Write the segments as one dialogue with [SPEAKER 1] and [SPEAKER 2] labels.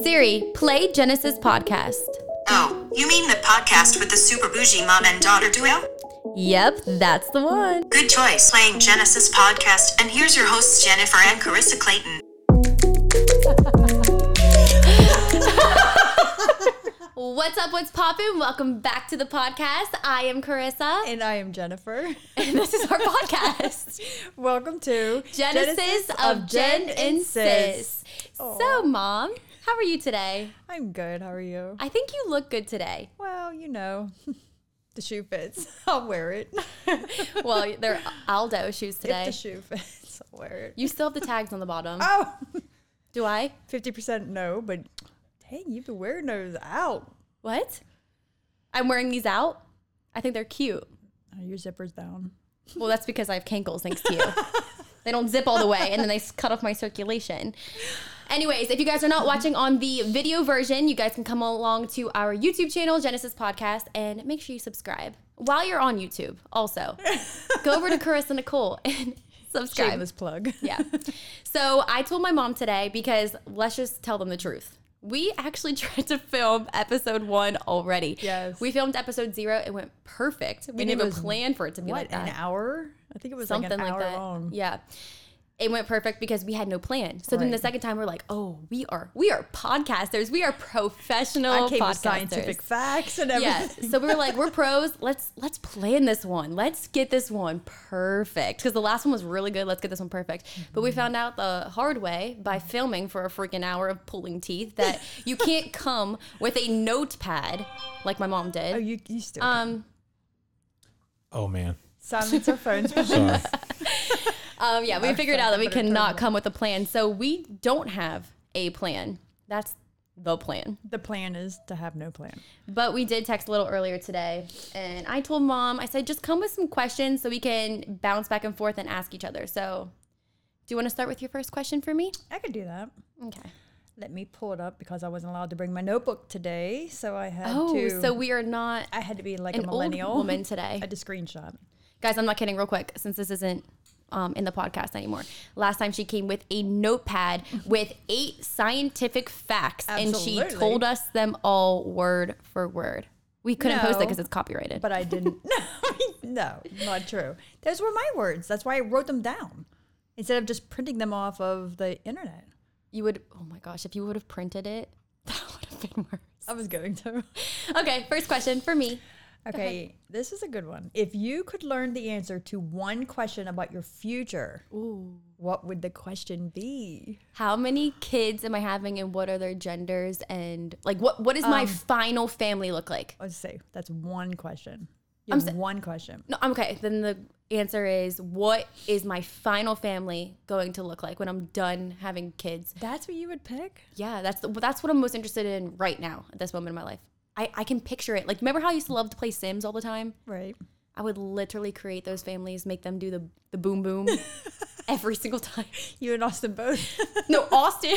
[SPEAKER 1] Siri, play Genesis podcast.
[SPEAKER 2] Oh, you mean the podcast with the super bougie mom and daughter duo?
[SPEAKER 1] Yep, that's the one.
[SPEAKER 2] Good choice playing Genesis podcast, and here's your hosts Jennifer and Carissa Clayton.
[SPEAKER 1] What's up? What's poppin'? Welcome back to the podcast. I am Carissa,
[SPEAKER 3] And I am Jennifer.
[SPEAKER 1] and this is our podcast,
[SPEAKER 3] Welcome to
[SPEAKER 1] Genesis, of Gen and Sis. So,
[SPEAKER 3] Aw.
[SPEAKER 1] Mom, how are you today?
[SPEAKER 3] I'm good. How are you?
[SPEAKER 1] I think you look good today.
[SPEAKER 3] Well, you know, the shoe fits. I'll wear it. if
[SPEAKER 1] Well, they're Aldo shoes today.
[SPEAKER 3] the shoe fits, I'll wear it.
[SPEAKER 1] You still have the tags on the bottom.
[SPEAKER 3] Oh,
[SPEAKER 1] Do I?
[SPEAKER 3] 50% no, but dang, you've been wearing those out.
[SPEAKER 1] What? I'm wearing these out. I think they're cute.
[SPEAKER 3] Oh, your zipper's down.
[SPEAKER 1] Well, that's because I have cankles, thanks to you. they don't zip all the way, and then they s- cut off my circulation. Anyways, if you guys are not watching on the video version, you guys can come along to our YouTube channel, Genesis Podcast, and make sure you subscribe while you're on YouTube. Also, go over to Carissa Nicole and subscribe.
[SPEAKER 3] Shameless plug.
[SPEAKER 1] Yeah. So I told my mom today because let's just tell them the truth. We actually tried to film episode one already.
[SPEAKER 3] Yes.
[SPEAKER 1] We filmed episode zero. It went perfect. We
[SPEAKER 3] And it
[SPEAKER 1] didn't even
[SPEAKER 3] was-
[SPEAKER 1] plan for it to be
[SPEAKER 3] what,
[SPEAKER 1] like that
[SPEAKER 3] an hour? I think it was
[SPEAKER 1] something
[SPEAKER 3] like
[SPEAKER 1] like,
[SPEAKER 3] an hour
[SPEAKER 1] that.
[SPEAKER 3] long.
[SPEAKER 1] Yeah. It went perfect because we had no plan. So then the
[SPEAKER 3] Right.
[SPEAKER 1] second time we're like, oh, we are we are podcasters. We are professional
[SPEAKER 3] I came
[SPEAKER 1] podcasters.
[SPEAKER 3] with scientific facts and
[SPEAKER 1] yeah.
[SPEAKER 3] everything.
[SPEAKER 1] So we were like, we're pros. Let's let's plan this one. Let's get this one perfect. Because the last one was really good. Let's get this one perfect. But
[SPEAKER 3] Mm-hmm.
[SPEAKER 1] we found out the hard way by filming for a freaking hour of pulling teeth that you can't come with a notepad like my mom did.
[SPEAKER 3] Oh, you, you still um,
[SPEAKER 1] um
[SPEAKER 4] Oh man.
[SPEAKER 3] silence our phones.
[SPEAKER 4] Sorry.
[SPEAKER 1] Um, yeah, we figured out that we
[SPEAKER 3] better
[SPEAKER 1] cannot
[SPEAKER 3] terminal.
[SPEAKER 1] come with a plan, so we don't have a plan. That's the plan.
[SPEAKER 3] the plan is to have no plan.
[SPEAKER 1] But we did text a little earlier today, and I told mom, I said, just come with some questions so we can bounce back and forth and ask each other. So, do you want to start with your first question for me?
[SPEAKER 3] I could do that.
[SPEAKER 1] Okay.
[SPEAKER 3] Let me pull it up because I wasn't allowed to bring my notebook today, so I had
[SPEAKER 1] Oh,
[SPEAKER 3] to.
[SPEAKER 1] so we are not
[SPEAKER 3] I had to be like a
[SPEAKER 1] an old
[SPEAKER 3] millennial
[SPEAKER 1] woman today.
[SPEAKER 3] I had to screenshot.
[SPEAKER 1] Guys, I'm not kidding, real quick, since this isn't um, in the podcast anymore. Last time she came with a notepad with eight scientific facts, and she
[SPEAKER 3] Absolutely.
[SPEAKER 1] told us them all word for word. We couldn't post it
[SPEAKER 3] No.
[SPEAKER 1] because it's copyrighted.
[SPEAKER 3] But I didn't. no, no, not true. Those were my words. That's why I wrote them down instead of just printing them off of the internet.
[SPEAKER 1] you would, oh my gosh, if you would have printed it, that would have been worse.
[SPEAKER 3] I was going to.
[SPEAKER 1] Okay, first question for me.
[SPEAKER 3] Okay, this is a good one. If you could learn the answer to one question about your future, what would the question be?
[SPEAKER 1] How many kids am I having and what are their genders and like what what does
[SPEAKER 3] Um,
[SPEAKER 1] my final family look like?
[SPEAKER 3] I would say that's one question. You have one question.
[SPEAKER 1] No, I'm okay. Then the answer is what is my final family going to look like when I'm done having kids?
[SPEAKER 3] That's what you would pick.
[SPEAKER 1] Yeah, that's the, that's what I'm most interested in right now at this moment in my life. I, I can picture it. Like, remember how I used to love to play Sims all the time?
[SPEAKER 3] Right.
[SPEAKER 1] I would literally create those families, make them do the, the boom boom every single time.
[SPEAKER 3] You and Austin both.
[SPEAKER 1] No, Austin.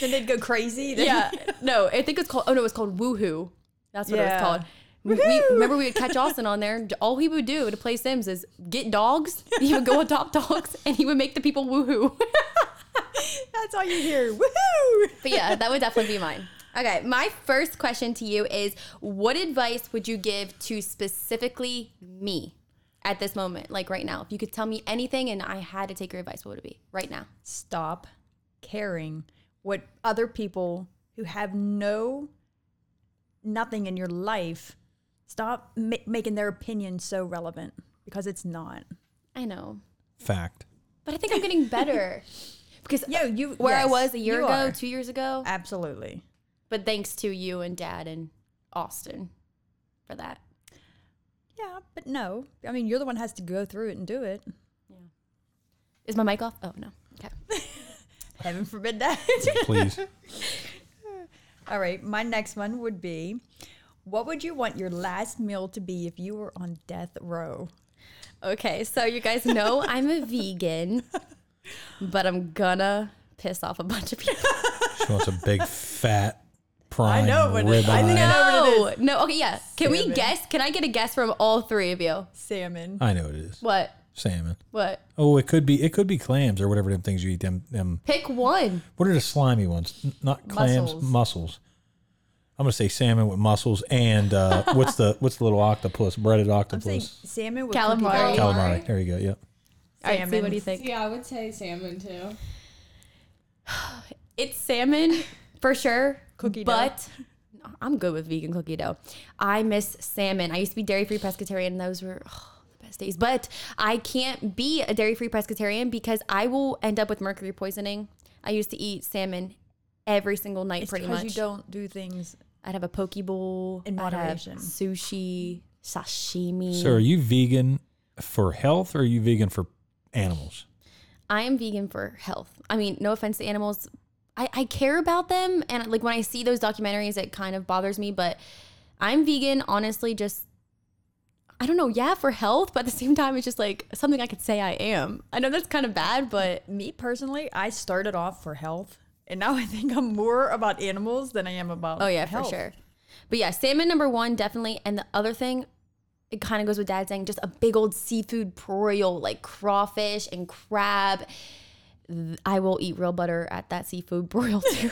[SPEAKER 3] then they'd go crazy. Then
[SPEAKER 1] yeah. No, I think it's called, oh no, it's called Woohoo. That's what it was
[SPEAKER 3] Yeah.
[SPEAKER 1] called. We, we, remember we would catch Austin on there. and All he would do to play Sims is get dogs. He would go adopt dogs, and he would make the people woohoo.
[SPEAKER 3] that's all you hear. Woohoo!
[SPEAKER 1] But yeah, that would definitely be mine. Okay, my first question to you is what advice would you give to specifically me at this moment, like right now? If you could tell me anything and I had to take your advice, what would it be right now?
[SPEAKER 3] Stop caring what other people who have no nothing in your life stop ma- making their opinion so relevant because it's not.
[SPEAKER 1] I know,
[SPEAKER 4] Fact.
[SPEAKER 1] but I think I'm getting better because uh,
[SPEAKER 3] Yo, you
[SPEAKER 1] where I
[SPEAKER 3] yes,
[SPEAKER 1] was a year
[SPEAKER 3] you
[SPEAKER 1] ago,
[SPEAKER 3] are.
[SPEAKER 1] two years ago,
[SPEAKER 3] Absolutely.
[SPEAKER 1] but thanks to you and dad and Austin for that.
[SPEAKER 3] Yeah, but no. I mean, you're the one who has to go through it and do it.
[SPEAKER 1] Is my mic off? Oh, no. Okay.
[SPEAKER 3] Heaven forbid that.
[SPEAKER 4] Please.
[SPEAKER 3] All right, my next one would be what would you want your last meal to be if you were on death row?
[SPEAKER 1] Okay, so you guys know I'm a vegan, but I'm gonna piss off a bunch of people.
[SPEAKER 4] she wants a big fat prime I
[SPEAKER 3] know
[SPEAKER 4] know
[SPEAKER 3] what it is.
[SPEAKER 4] ribeye.
[SPEAKER 3] I think I
[SPEAKER 1] No, no. Okay, yeah. Can we
[SPEAKER 3] Salmon.
[SPEAKER 1] guess? Can I get a guess from all three of you?
[SPEAKER 3] Salmon.
[SPEAKER 4] I know what it is.
[SPEAKER 1] What?
[SPEAKER 4] salmon.
[SPEAKER 1] What?
[SPEAKER 4] Oh, it could be it could be clams or whatever them things you eat. Them them.
[SPEAKER 1] Pick one.
[SPEAKER 4] What are the slimy ones? N- Not clams,
[SPEAKER 3] Mussels.
[SPEAKER 4] mussels. I'm gonna say salmon with mussels and uh, what's the what's the little octopus breaded
[SPEAKER 3] I'm saying
[SPEAKER 4] octopus
[SPEAKER 3] salmon with
[SPEAKER 1] Calamari.
[SPEAKER 3] cookie dough.
[SPEAKER 4] calamari. There you go. Yep.
[SPEAKER 1] All right, see
[SPEAKER 3] Salmon.
[SPEAKER 1] what do you think?
[SPEAKER 5] Yeah, I would say salmon too.
[SPEAKER 1] It's salmon for sure.
[SPEAKER 3] Cookie dough.
[SPEAKER 1] but No, I'm good with vegan cookie dough. I miss salmon. I used to be dairy free pescatarian. Those were oh, the best days. But I can't be a dairy free pescatarian because I will end up with mercury poisoning. I used to eat salmon every single night,
[SPEAKER 3] It's
[SPEAKER 1] pretty
[SPEAKER 3] because
[SPEAKER 1] much.
[SPEAKER 3] you don't do things.
[SPEAKER 1] I'd have a poke bowl.
[SPEAKER 3] In
[SPEAKER 1] I'd have
[SPEAKER 3] moderation.
[SPEAKER 1] sushi, sashimi.
[SPEAKER 4] So are you vegan for health or are you vegan for animals?
[SPEAKER 1] I am vegan for health. I mean, no offense to animals. I, I care about them. And like when I see those documentaries, it kind of bothers me. But I'm vegan, honestly, just, I don't know, yeah, for health. But at the same time, it's just like something I could say I am. I know that's kind of bad, but
[SPEAKER 3] Me personally, I started off for health, and now I think I'm more about animals than I am about.
[SPEAKER 1] oh, yeah,
[SPEAKER 3] health.
[SPEAKER 1] for sure. But yeah, salmon number one, definitely. And the other thing, it kind of goes with dad saying just a big old seafood broil, like crawfish and crab. Th- I will eat real butter at that seafood broil too.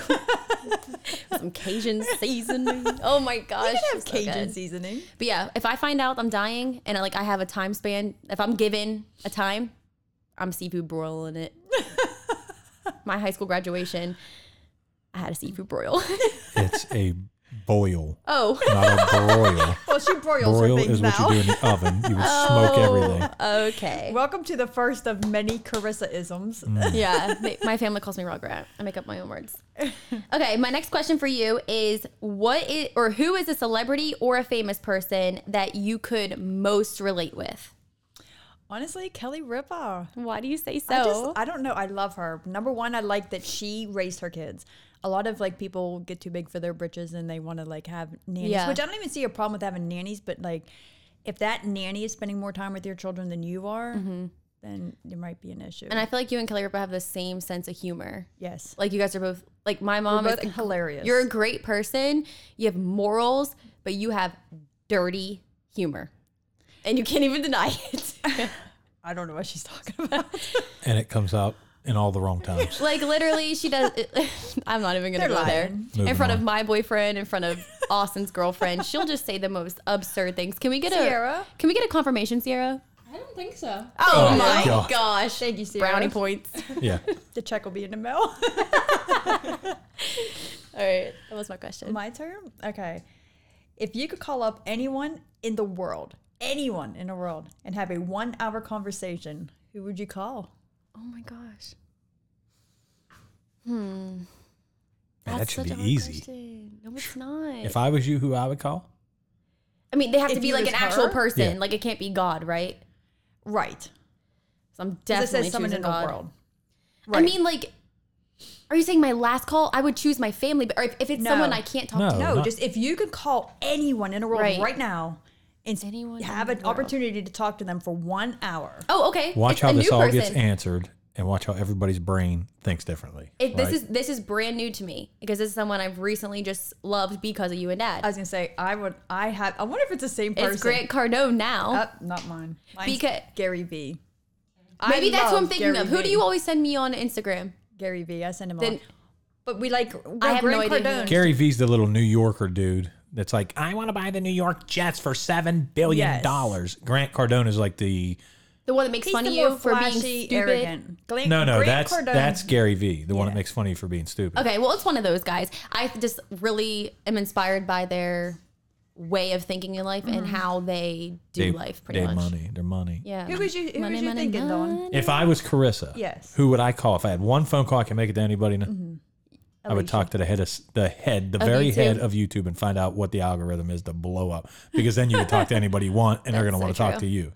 [SPEAKER 1] Some Cajun seasoning. Oh my gosh.
[SPEAKER 3] You can have
[SPEAKER 1] it's so
[SPEAKER 3] Cajun
[SPEAKER 1] good.
[SPEAKER 3] seasoning.
[SPEAKER 1] But yeah, if I find out I'm dying and like I have a time span, if I'm given a time, I'm seafood broiling it. my high school graduation, I had a seafood broil.
[SPEAKER 4] It's a boil,
[SPEAKER 1] oh.
[SPEAKER 4] not a
[SPEAKER 3] Well, she broils
[SPEAKER 4] broil.
[SPEAKER 3] her
[SPEAKER 4] Broil
[SPEAKER 3] things
[SPEAKER 4] is what
[SPEAKER 3] now.
[SPEAKER 4] you do in the oven. You would smoke everything.
[SPEAKER 1] Oh, Okay.
[SPEAKER 3] Welcome to the first of many Carissa isms.
[SPEAKER 4] Mm.
[SPEAKER 1] yeah, they, my family calls me Rugrat. I make up my own words. Okay, my next question for you is what is or who is a celebrity or a famous person that you could most relate with?
[SPEAKER 3] Honestly, Kelly Ripa.
[SPEAKER 1] Why do you say so?
[SPEAKER 3] I just I don't know. I love her. Number one, I like that she raised her kids. A lot of like people get too big for their britches and they want to like have nannies,
[SPEAKER 1] Yeah.
[SPEAKER 3] which I don't even see a problem with having nannies, but like if that nanny is spending more time with your children than you are, then there might be an issue.
[SPEAKER 1] Mm-hmm. and I feel like you and Kelly Ripa have the same sense of humor.
[SPEAKER 3] yes.
[SPEAKER 1] Like you guys are both like my mom
[SPEAKER 3] We're
[SPEAKER 1] is
[SPEAKER 3] both hilarious.
[SPEAKER 1] You're a great person. You have morals, but you have dirty humor. And you can't even deny it.
[SPEAKER 3] I don't know what she's talking about.
[SPEAKER 4] And it comes out in all the wrong times.
[SPEAKER 1] Like literally, she does. I'm not even gonna
[SPEAKER 3] They're
[SPEAKER 1] go there.
[SPEAKER 3] lying.
[SPEAKER 1] in
[SPEAKER 4] Moving
[SPEAKER 1] front of
[SPEAKER 4] on.
[SPEAKER 1] my boyfriend, in front of Austin's girlfriend, she'll just say the most absurd things. Can we get
[SPEAKER 3] Sierra?
[SPEAKER 1] a Can we get a confirmation, Sierra?
[SPEAKER 5] I don't think so.
[SPEAKER 1] Oh,
[SPEAKER 4] Oh,
[SPEAKER 1] my
[SPEAKER 4] God.
[SPEAKER 1] gosh!
[SPEAKER 3] Thank you, Sierra.
[SPEAKER 1] Brownie points.
[SPEAKER 4] Yeah.
[SPEAKER 3] The check will be in the mail.
[SPEAKER 1] All right, that was my question.
[SPEAKER 3] My turn? Okay. If you could call up anyone in the world, anyone in the world, and have a one hour conversation, who would you call?
[SPEAKER 1] oh my gosh,
[SPEAKER 4] Man, that
[SPEAKER 1] That's
[SPEAKER 4] should
[SPEAKER 1] such a
[SPEAKER 4] be
[SPEAKER 1] hard
[SPEAKER 4] easy.
[SPEAKER 1] question. No, it's not.
[SPEAKER 4] If I was you, who I would call?
[SPEAKER 1] I mean, they have to
[SPEAKER 3] If
[SPEAKER 1] be
[SPEAKER 3] you
[SPEAKER 1] like
[SPEAKER 3] was
[SPEAKER 1] an actual
[SPEAKER 3] her?
[SPEAKER 1] person.
[SPEAKER 4] Yeah.
[SPEAKER 1] Like it can't be God, right?
[SPEAKER 3] Right.
[SPEAKER 1] So I'm
[SPEAKER 3] Because it
[SPEAKER 1] definitely
[SPEAKER 3] says someone
[SPEAKER 1] choosing
[SPEAKER 3] in the
[SPEAKER 1] God.
[SPEAKER 3] world.
[SPEAKER 1] I mean, like, are you saying my last call? I would choose my family, but or if, if it's
[SPEAKER 3] No.
[SPEAKER 1] someone I can't talk
[SPEAKER 4] No.
[SPEAKER 1] to,
[SPEAKER 3] no,
[SPEAKER 4] not-
[SPEAKER 3] just if you could call anyone in the world
[SPEAKER 1] Right.
[SPEAKER 3] right, now and s-
[SPEAKER 1] Anyone in
[SPEAKER 3] have
[SPEAKER 1] the
[SPEAKER 3] an
[SPEAKER 1] world.
[SPEAKER 3] opportunity to talk to them for one hour.
[SPEAKER 1] oh, okay.
[SPEAKER 4] Watch
[SPEAKER 1] It's
[SPEAKER 4] how
[SPEAKER 1] a
[SPEAKER 4] this
[SPEAKER 1] new
[SPEAKER 4] all
[SPEAKER 1] person.
[SPEAKER 4] gets answered and watch how everybody's brain thinks differently.
[SPEAKER 1] It,
[SPEAKER 4] right?
[SPEAKER 1] This is this is brand new to me because this is someone I've recently just loved because of you and Dad.
[SPEAKER 3] I was gonna say I would I have I wonder if it's the same person.
[SPEAKER 1] it's Grant Cardone now.
[SPEAKER 3] Uh, not mine. Mine's
[SPEAKER 1] Beca-
[SPEAKER 3] Gary V.
[SPEAKER 1] Maybe that's who I'm
[SPEAKER 3] love
[SPEAKER 1] thinking
[SPEAKER 3] Gary
[SPEAKER 1] of. Who do
[SPEAKER 3] Vee.
[SPEAKER 1] you always send me on Instagram?
[SPEAKER 3] Gary V. I send him
[SPEAKER 1] Then-
[SPEAKER 3] on. But we like
[SPEAKER 1] I
[SPEAKER 3] we're
[SPEAKER 1] have no
[SPEAKER 3] Grant
[SPEAKER 1] idea who-
[SPEAKER 3] Cardone.
[SPEAKER 4] Gary V's the little New Yorker dude that's like, I want to buy the New York Jets for seven billion dollars. Grant Cardone is like the
[SPEAKER 1] The one that makes
[SPEAKER 3] He's
[SPEAKER 1] fun of
[SPEAKER 3] the
[SPEAKER 1] you
[SPEAKER 3] more
[SPEAKER 1] for being
[SPEAKER 3] flashy,
[SPEAKER 1] stupid.
[SPEAKER 3] Glenn-
[SPEAKER 4] no, no.
[SPEAKER 3] Grant
[SPEAKER 4] that's
[SPEAKER 3] Cardone.
[SPEAKER 4] that's Gary V, the one that
[SPEAKER 3] Yeah.
[SPEAKER 4] makes fun of you for being stupid.
[SPEAKER 1] Okay, well, it's one of those guys. I just really am inspired by their way of thinking in life
[SPEAKER 3] Mm-hmm.
[SPEAKER 1] and how they do
[SPEAKER 4] They-
[SPEAKER 1] life, pretty
[SPEAKER 4] they
[SPEAKER 1] much.
[SPEAKER 4] money, their money.
[SPEAKER 1] Yeah.
[SPEAKER 3] Who was you? Who
[SPEAKER 1] Money,
[SPEAKER 3] was you
[SPEAKER 1] money,
[SPEAKER 3] thinking, Dawn?
[SPEAKER 1] money.
[SPEAKER 4] If I was Carissa,
[SPEAKER 3] Yes.
[SPEAKER 4] who would I call? If I had one phone call, I can make it to anybody.
[SPEAKER 3] Mm-hmm.
[SPEAKER 4] I would talk to the head of s- the head, the very
[SPEAKER 1] YouTube.
[SPEAKER 4] head of YouTube, and find out what the algorithm is to blow up. Because then you can talk to anybody you want, and they're going to
[SPEAKER 1] That's
[SPEAKER 4] want to
[SPEAKER 1] so
[SPEAKER 4] talk
[SPEAKER 1] true.
[SPEAKER 4] to you,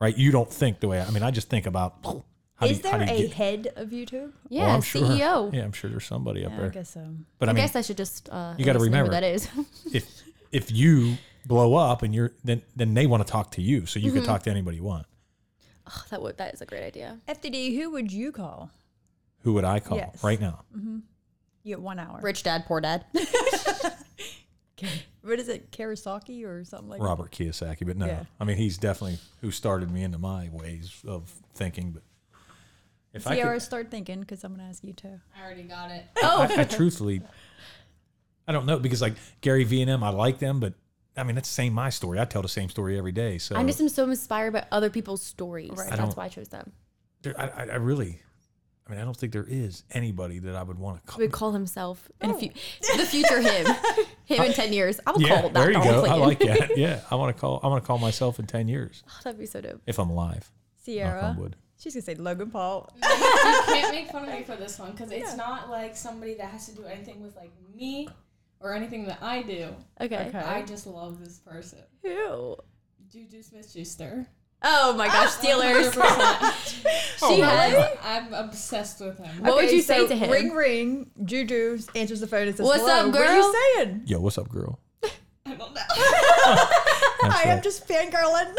[SPEAKER 4] right? You don't think the way I mean. I just think about how
[SPEAKER 3] Is
[SPEAKER 4] do, you- how
[SPEAKER 3] there a
[SPEAKER 4] do you get,
[SPEAKER 3] head of YouTube?
[SPEAKER 1] Yeah,
[SPEAKER 4] Well, Oh, I'm sure.
[SPEAKER 1] CEO.
[SPEAKER 4] Yeah, I'm sure there's somebody up
[SPEAKER 3] I
[SPEAKER 4] there.
[SPEAKER 3] guess so.
[SPEAKER 4] But
[SPEAKER 1] I,
[SPEAKER 4] I mean,
[SPEAKER 1] guess I should just uh,
[SPEAKER 4] you gotta
[SPEAKER 1] at least know who
[SPEAKER 4] remember.
[SPEAKER 1] that is.
[SPEAKER 4] if if you blow up and you're then then they want to talk to you, so you
[SPEAKER 3] Mm-hmm.
[SPEAKER 4] can talk to anybody you want.
[SPEAKER 1] Oh, that would that is a great idea.
[SPEAKER 3] FDD, who would you call?
[SPEAKER 4] Who would I call
[SPEAKER 3] Yes.
[SPEAKER 4] right now?
[SPEAKER 3] You get one hour.
[SPEAKER 1] Rich dad, poor dad.
[SPEAKER 3] what is it, Karasaki or something like
[SPEAKER 4] Robert Kiyosaki, but no,
[SPEAKER 3] Yeah.
[SPEAKER 4] I mean he's definitely who started me into my ways of thinking. But if
[SPEAKER 3] that?
[SPEAKER 4] I,
[SPEAKER 3] Tiara,
[SPEAKER 4] could,
[SPEAKER 3] start thinking because I'm going to ask you too.
[SPEAKER 5] I already got it.
[SPEAKER 1] Oh.
[SPEAKER 4] I, I truthfully, I don't know because like Gary Vee and them, I like them, but I mean that's the same my story. I tell the same story every day. So
[SPEAKER 1] I'm just am so inspired by other people's stories.
[SPEAKER 4] I
[SPEAKER 1] That's
[SPEAKER 4] don't-
[SPEAKER 1] why I chose them.
[SPEAKER 4] there, I, I, I really, I mean I don't think there is anybody that I would want to
[SPEAKER 1] He
[SPEAKER 4] call.
[SPEAKER 1] would call himself in
[SPEAKER 3] Oh.
[SPEAKER 1] a few, the future him, him in ten years. I would
[SPEAKER 4] Yeah,
[SPEAKER 1] call that.
[SPEAKER 4] there you
[SPEAKER 1] Donald
[SPEAKER 4] go. I
[SPEAKER 1] Clinton.
[SPEAKER 4] like that. Yeah, I want to call. I want to call myself in ten years
[SPEAKER 1] Oh, that'd be so dope.
[SPEAKER 4] if I'm alive. Knock
[SPEAKER 3] Sierra.
[SPEAKER 4] on wood.
[SPEAKER 3] She's going to say Logan Paul.
[SPEAKER 5] you can't make fun of me for this one because it's not like somebody that has to do anything with like me or anything that I do.
[SPEAKER 1] Okay.
[SPEAKER 5] I just love this person.
[SPEAKER 1] Who?
[SPEAKER 5] Juju Smith Schuster.
[SPEAKER 1] Oh my gosh, Steelers. she has.
[SPEAKER 5] I'm obsessed with him.
[SPEAKER 1] What would
[SPEAKER 3] Okay,
[SPEAKER 1] you say
[SPEAKER 3] so
[SPEAKER 1] to him?
[SPEAKER 3] Ring, ring. Juju answers the phone and says,
[SPEAKER 1] What's
[SPEAKER 3] "Hello,
[SPEAKER 1] up,
[SPEAKER 3] What are
[SPEAKER 1] girl?"
[SPEAKER 3] you saying?
[SPEAKER 4] Yo, what's up, girl?
[SPEAKER 5] I don't know.
[SPEAKER 4] That's
[SPEAKER 3] I am
[SPEAKER 4] it.
[SPEAKER 3] just fangirling.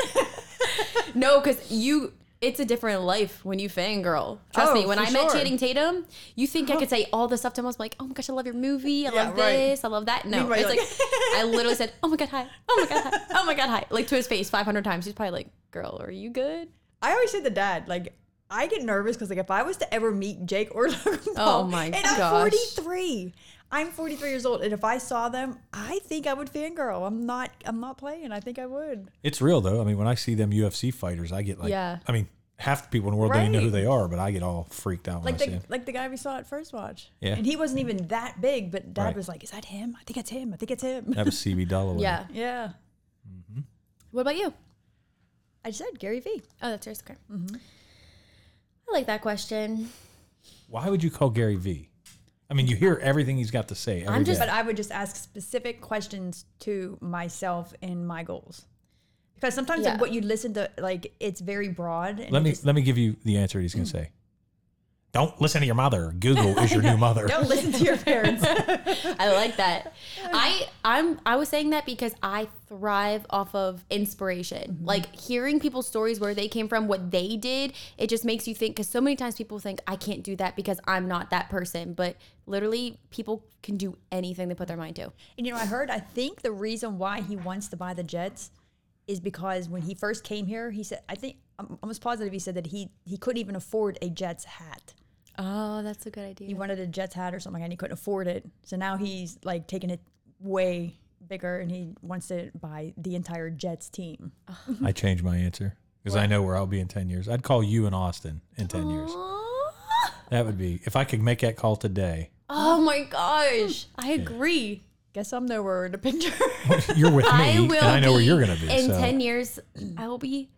[SPEAKER 1] No, because you. It's a different life when you fangirl. Trust
[SPEAKER 3] Oh,
[SPEAKER 1] me. When
[SPEAKER 3] for
[SPEAKER 1] I met
[SPEAKER 3] sure.
[SPEAKER 1] Channing Tatum, you think I could say all the stuff to him. I was like, oh my gosh, I love your movie. I
[SPEAKER 3] Yeah,
[SPEAKER 1] love
[SPEAKER 3] right.
[SPEAKER 1] this. I love that. No,
[SPEAKER 3] Meanwhile,
[SPEAKER 1] it's
[SPEAKER 3] you're
[SPEAKER 1] like, I literally said, oh my god, hi. Oh my god, hi. Oh my god, hi. Like to his face 500 times. He's probably like, girl, are you good?
[SPEAKER 3] I always say to dad, like, I get nervous because, like, if I was to ever meet Jake or Logan Paul,
[SPEAKER 1] Oh my
[SPEAKER 3] and
[SPEAKER 1] gosh.
[SPEAKER 3] I'm 43. I'm 43 years old, and if I saw them, I think I would fangirl. I'm not. I'm not playing. I think I would.
[SPEAKER 4] It's real though. I mean, when I see them UFC fighters, I get like,
[SPEAKER 1] Yeah.
[SPEAKER 4] I mean, half the people in the world don't even know who
[SPEAKER 3] Right.
[SPEAKER 4] they are, but I get all freaked out
[SPEAKER 3] Like
[SPEAKER 4] when Oh, I see
[SPEAKER 3] the
[SPEAKER 4] them.
[SPEAKER 3] like the guy we saw at First Watch.
[SPEAKER 4] Yeah.
[SPEAKER 3] And he wasn't even that big, but Dad
[SPEAKER 4] Right.
[SPEAKER 3] was like, "Is that him? I think it's him. I think it's him."
[SPEAKER 4] That was CB Dalloway.
[SPEAKER 1] Yeah.
[SPEAKER 3] yeah.
[SPEAKER 1] What about you?
[SPEAKER 3] I said Gary Vee.
[SPEAKER 1] Oh, that's yours. Okay. I like that question.
[SPEAKER 4] Why would you call Gary V? I mean, you hear everything he's got to say. every
[SPEAKER 1] I'm just-
[SPEAKER 4] day.
[SPEAKER 3] But I would just ask specific questions to myself and my goals. Because sometimes
[SPEAKER 1] Yeah.
[SPEAKER 3] like, what you listen to, like it's very broad. And
[SPEAKER 4] let
[SPEAKER 3] it
[SPEAKER 4] me
[SPEAKER 3] just-
[SPEAKER 4] let me give you the answer he's going to say. Don't listen to your mother. Google is your new mother.
[SPEAKER 3] don't listen to your parents.
[SPEAKER 1] I like that. I I'm I was saying that because I thrive off of inspiration. Like hearing people's stories where they came from, what they did, it just makes you think cuz so many times people think I can't do that because I'm not that person, but literally people can do anything they put their mind to.
[SPEAKER 3] And you know, I heard, I think the reason why he wants to buy the Jets is because when he first came here, he said, I think, I'm almost positive he said that he, he couldn't even afford a Jets hat.
[SPEAKER 1] Oh, that's a good idea.
[SPEAKER 3] He wanted a Jets hat or something and he couldn't afford it. So now he's like taking it way bigger and he wants to buy the entire Jets team.
[SPEAKER 4] I changed my answer because I know where I'll be in ten years. I'd call you in Austin in ten years. That would be if I could make that call today.
[SPEAKER 1] Oh my gosh. I agree.
[SPEAKER 3] Guess I'm nowhere in the picture.
[SPEAKER 4] You're with me,
[SPEAKER 1] I will
[SPEAKER 4] and I know where
[SPEAKER 1] be-
[SPEAKER 4] you're going to be.
[SPEAKER 1] In
[SPEAKER 4] so.
[SPEAKER 1] 10 years, I will be